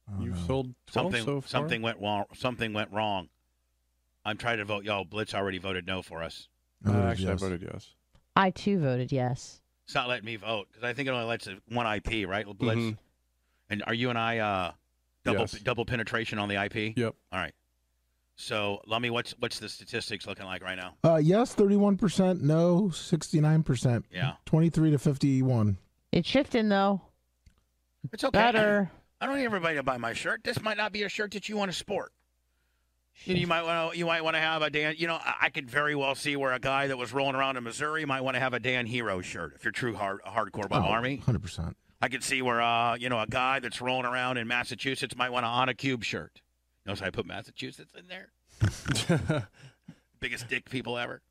I don't You've know. sold 12 Something, so far. something went wrong. Something went wrong. I'm trying to vote. Y'all, Blitz already voted no for us. I Uh, voted actually, yes. I voted yes. I too voted yes. It's not letting me vote because I think it only lets it- one IP, right, Blitz? Mhm. And are you and I uh, double Yes. double penetration on the IP? Yep. [laughs] All right. So, Lummy, what's what's the statistics looking like right now? Uh, yes, thirty-one percent. No, sixty-nine percent. Yeah. Twenty-three to fifty-one. It's shifting though. [laughs] It's okay. Better. I don't need everybody to buy my shirt. This might not be a shirt that you want to sport. You, you might want to. You might want to have a Dan. You know, I, I could very well see where a guy that was rolling around in Missouri might want to have a Dan Hero shirt if you're true hard, hardcore Oh. Bob Army. Hundred percent. I could see where uh, you know a guy that's rolling around in Massachusetts might want an on a cube shirt. Notice I put Massachusetts in there. Biggest dick people ever.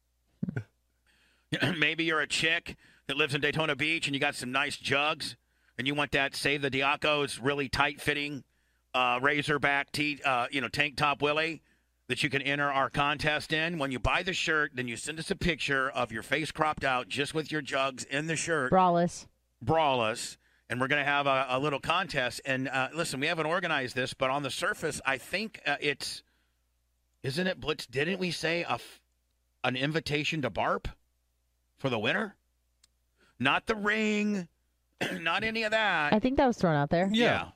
[clears throat] Maybe you're a chick that lives in Daytona Beach and you got some nice jugs and you want that Save the Diacos really tight fitting uh, razorback tee, uh, you know, tank top Willie that you can enter our contest in. When you buy the shirt, then you send us a picture of your face cropped out just with your jugs in the shirt. Braless. Brawlus, and we're going to have a, a little contest. And uh, listen, we haven't organized this, but on the surface, I think uh, it's isn't it Blitz? Didn't we say a f- an invitation to Barp for the winner? Not the ring, [clears throat] not any of that. I think that was thrown out there.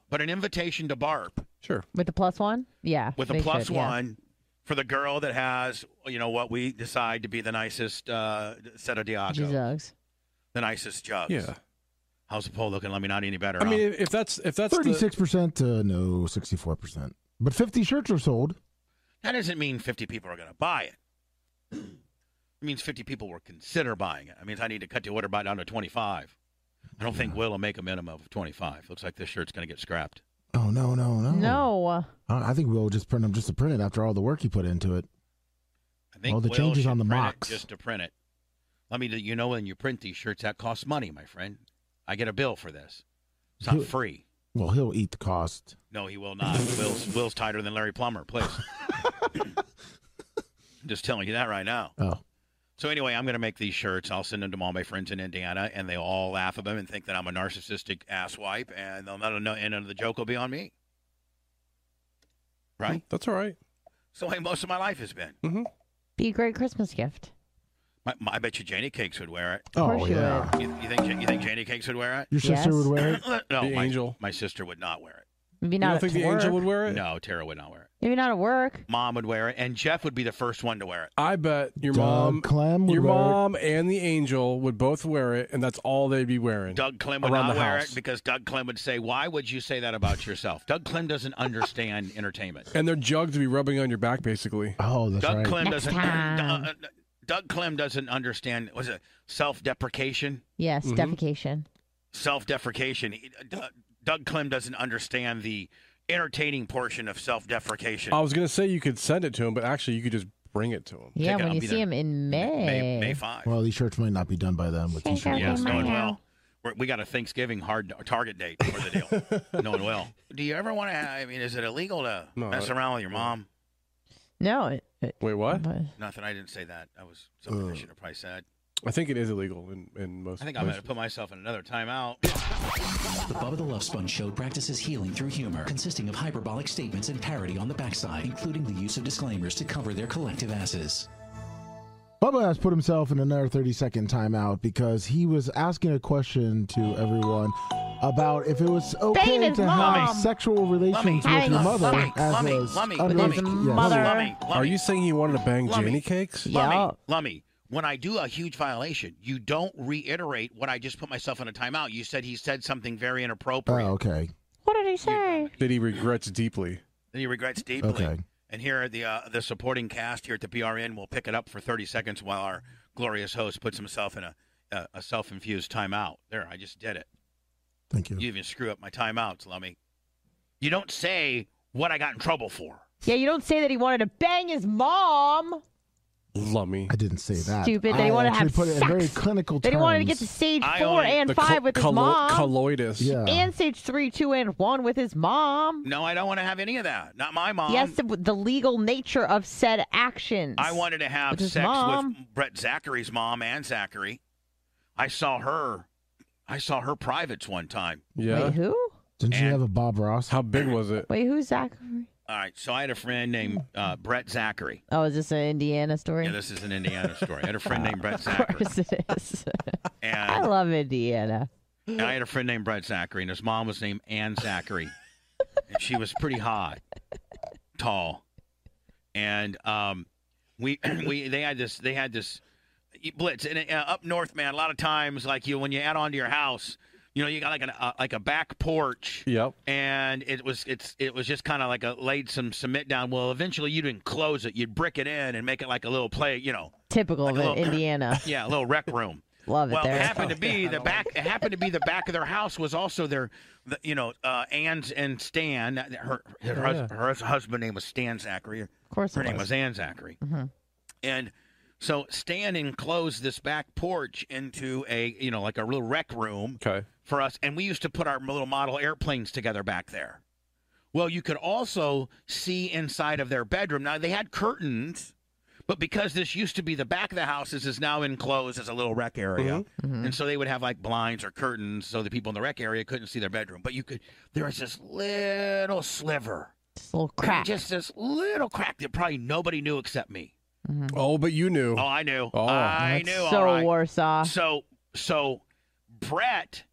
but an invitation to Barp Sure. With the plus one? Yeah. with a they plus should, yeah. one for the girl that has you know what we decide to be the nicest uh, set of Diago, Jesus. the nicest jugs. Yeah. How's the poll looking? Let me not any better. I huh? mean, if if that's if that's the, Thirty-six percent to no, sixty-four percent. But fifty shirts are sold. That doesn't mean 50 people are going to buy it. It means 50 people will consider buying it. It means I need to cut the order by down to 25. I don't think Will will make a minimum of 25. Looks like this shirt's going to get scrapped. Oh no, no, no, No. I I think we'll just print them just to print it after all the work you put into it. I think Well, the Will change is should on the print it box. just to print it. Let me, you know, when you print these shirts, that costs money, my friend. I get a bill for this. It's not Who- free. Well, he'll eat the cost. No, he will [laughs] not. Will's, Will's tighter than Larry Plummer. Please. just telling you that right now. Oh, So anyway, I'm going to make these shirts. I'll send them to all my friends in Indiana, and they'll all laugh at them and think that I'm a narcissistic asswipe, and they'll not know. And the joke will be on me, right? That's all right. So way most of my life has been. Be a great Christmas gift. My, my, I bet you Janie Cakes would wear it. Of oh course you yeah. would. You, you think you think Janie Cakes would wear Your sister Yes. would wear it. it? no, The my, angel. my sister would not wear Maybe you not don't at think the work. angel would wear it. it? No, Tara would not wear it. Maybe not at work. Mom would wear it, and Jeff would be the first one to wear it. I bet your Doug mom, Clem would your wear it. mom, and the angel would both wear it, and that's all they'd be wearing. Doug Clem would Around not the wear house. it because Doug Clem would say, "Why would you say that about yourself?" Doug Clem doesn't understand [laughs] entertainment. And their jug to be rubbing on your back, basically. Oh, that's Doug right. Clem Next doesn't. time. Doug- Doug Clem doesn't understand. Was it self-deprecation? Yes, Mhm. defecation. Self-deprecation. He- D- Doug Clem doesn't understand the entertaining portion of self-deprecation. Oh, I was gonna say you could send it to him, but actually you could just bring it to him. Yeah, Check it when out, you be see there. him in May. May, May five. Well, these shirts might not be done by them, but you should. Okay, yes, May knowing now. well. We're, we got a Thanksgiving hard target date for the [laughs] deal. knowing well. Do you ever want to? I mean, is it illegal to No, mess I- around with your mom? No. It, it, Wait, what? but- Nothing. I didn't say that. I was something Uh, I should have probably said. I think it is illegal in, in most. I think I'm going places. to put myself in another timeout. The Bubba the Love Sponge Show practices healing through humor, consisting of hyperbolic statements and parody on the backside, including the use of disclaimers to cover their collective asses. Bubba has put himself in another 30 second timeout because he was asking a question to everyone about if it was okay Dana's to mom. have sexual relations with Having your mother sex. as Lummy, a Lummy, under- Lummy, yes. mother. Lummy, Lummy. Are you saying you wanted to bang Lummy. Janie Cakes? Lummy, Yeah. Lummy, when I do a huge violation, you don't reiterate what I just put myself in a timeout. You said he said something very inappropriate. Oh, okay. What did he say? That he regrets deeply. Then he regrets deeply. Okay. And here, the uh, the supporting cast here at the BRN will pick it up for 30 seconds while our glorious host puts himself in a, a, a self infused timeout. There, I just did it. Thank you. You even screw up my timeouts, Lummy. You don't say what I got in trouble for. Yeah, you don't say that he wanted to bang his mom. Lummy. I didn't say that. Stupid. They I wanna actually have put it in very sex. clinical That he terms. wanted to get to stage I four only- and The five col- with his colo- mom. Colloidus. Yeah. and stage three, two, and one with his mom. No, I don't want to have any of that. Not my mom. yes, the, the legal nature of said actions. I wanted to have With his sex mom. with Brett Zachary's mom and Zachary. I saw her. I saw her privates one time. Yeah. Wait, who? Didn't you And- have a Bob Ross? How big was it? Wait, who's Zach? All right, so I had a friend named uh, Brett Zachary. Oh, is this an Indiana story? Yeah, this is an Indiana story. I had a friend named [laughs] Brett of Zachary, course it [laughs] is. I and, love Indiana. and I had a friend named Brett Zachary, and his mom was named Ann Zachary, and she was pretty hot, tall, and um, we [clears throat] we they had this they had this blitz and uh, up north, man. A lot of times, like you, when you add on to your house, You know, you got like an uh, like a back porch. Yep. And it was it's it was just kind of like a laid some cement down. Well, eventually you didn't close it. You'd brick it in and make it like a little play. You know, Typical Like of a it, little- [clears throat] Indiana. yeah, a little rec room. Love it well, there. it happened to be the back. It happened to be the back of their house was also their, the, you know, uh, Ann's and Stan. uh, Her her, Oh, hus- yeah. her hus- husband name was Stan Zachary. Of course, her it name was. was Ann Zachary. hmm And so Stan enclosed this back porch into a, you know, like a little rec room for us. And we used to put our little model airplanes together back there. Well, you could also see inside of their bedroom. Now, they had curtains, but because this used to be the back of the houses, is now enclosed as a little rec area. Mm-hmm. And so they would have like blinds or curtains so the people in the rec area couldn't see their bedroom. But you could, there was this little sliver, just a little crack. just this little crack that probably nobody knew except me. Oh, but you knew. Oh, I knew. Oh. I That's knew. so all right. Warsaw. So, so Brett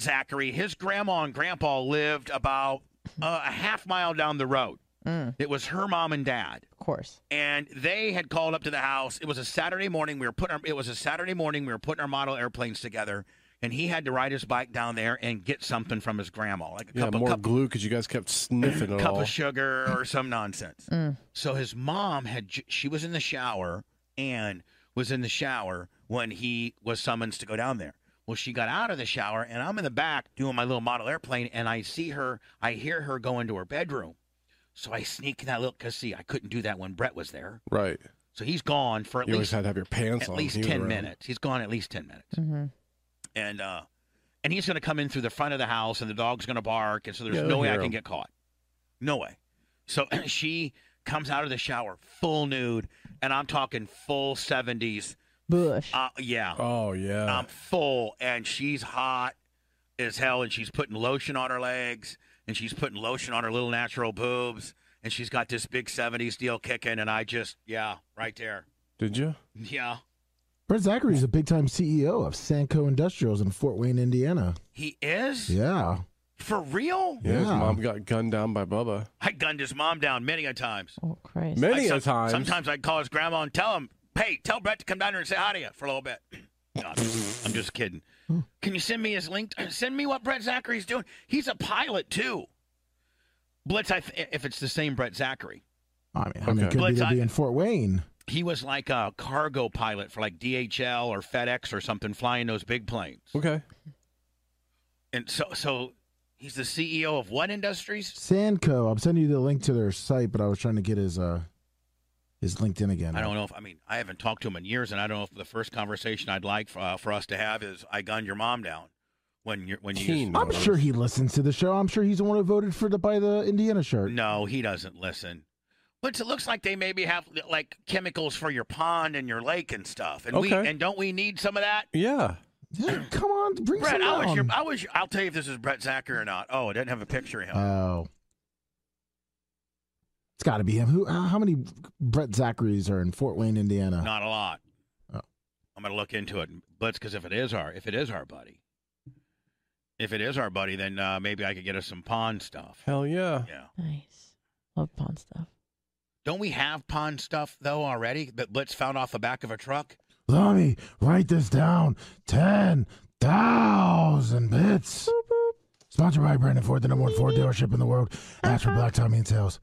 Zachary, his grandma and grandpa lived about uh, a half mile down the road. Mm. It was her mom and dad, Of course. and they had called up to the house. It was a Saturday morning. We were putting. Our, it was a Saturday morning. We were putting our model airplanes together, and he had to ride his bike down there and get something from his grandma, like a Yeah, cup of more cup, glue because you guys kept sniffing it cup all. of sugar or some nonsense. Mm. So his mom had ju- she was in the shower and was in the shower when he was summoned to go down there. Well, she got out of the shower and I'm in the back doing my little model airplane and I see her, I hear her go into her bedroom. So I sneak in that little cause see, I couldn't do that when Brett was there. right. So he's gone for at You always least had to have your pants at on. least if you were uh, ten around. minutes. He's gone at least ten minutes Mm-hmm. and uh and he's going to come in through the front of the house and the dog's going to bark and so there's Yeah, no they'll way i hear can him. get caught no way so [clears throat] she comes out of the shower full nude and i'm talking full 70s Bush. uh, yeah Oh yeah. i'm full and she's hot as hell and she's putting lotion on her legs and she's putting lotion on her little natural boobs and she's got this big 70s deal kicking and i just yeah right there Did you? yeah Brett Zachary is a big time CEO of Sanco Industrials in Fort Wayne, Indiana. he is Yeah. for real Yeah. His Yeah. mom got gunned down by Bubba. i gunned his mom down many a times Oh Christ. I Many a some- times. Sometimes I'd call his grandma and tell him, hey, tell Brett to come down here and say hi to you for a little bit. [clears throat] No, I'm just- I'm just kidding. Can you send me his link? [clears throat] Send me what Brett Zachary's doing. He's a pilot, too. Blitz, I th- if it's the same Brett Zachary, I mean, how many Okay. good Let's- people I- be in Fort Wayne? he was like a cargo pilot for like DHL or FedEx or something, flying those big planes. Okay. And so, so he's the CEO of what industries? Sanco. I'm sending you the link to their site, but I was trying to get his uh his LinkedIn again. I don't know if I mean I haven't talked to him in years, and I don't know if the first conversation I'd like for, uh, for us to have is I gunned your mom down when you when you He I'm knows. sure he listens to the show. I'm sure he's the one who voted for the by the Indiana shirt. No, he doesn't listen. But it looks like they maybe have like chemicals for your pond and your lake and stuff. And we Okay. and don't we need some of that? Yeah. Yeah, come on, bring Brett, some I was your down. I was your- I'll tell you if this is Brett Zacher or not. Oh, it doesn't have a picture of him. Oh, it's got to be him. Who? How how many Brett Zacharys are in Fort Wayne, Indiana? not a lot. Oh. I'm gonna look into it. But because if it is our if it is our buddy. If it is our buddy, then uh, maybe I could get us some pond stuff. Hell yeah. Yeah. Nice. Love pond stuff. Don't we have pond stuff though already that Blitz found off the back of a truck? Let me write this down. Ten thousand Uh-huh. bits. Sponsored by Brandon Ford, the number one Ford dealership in the world. Ask for Black Tommy and Sales.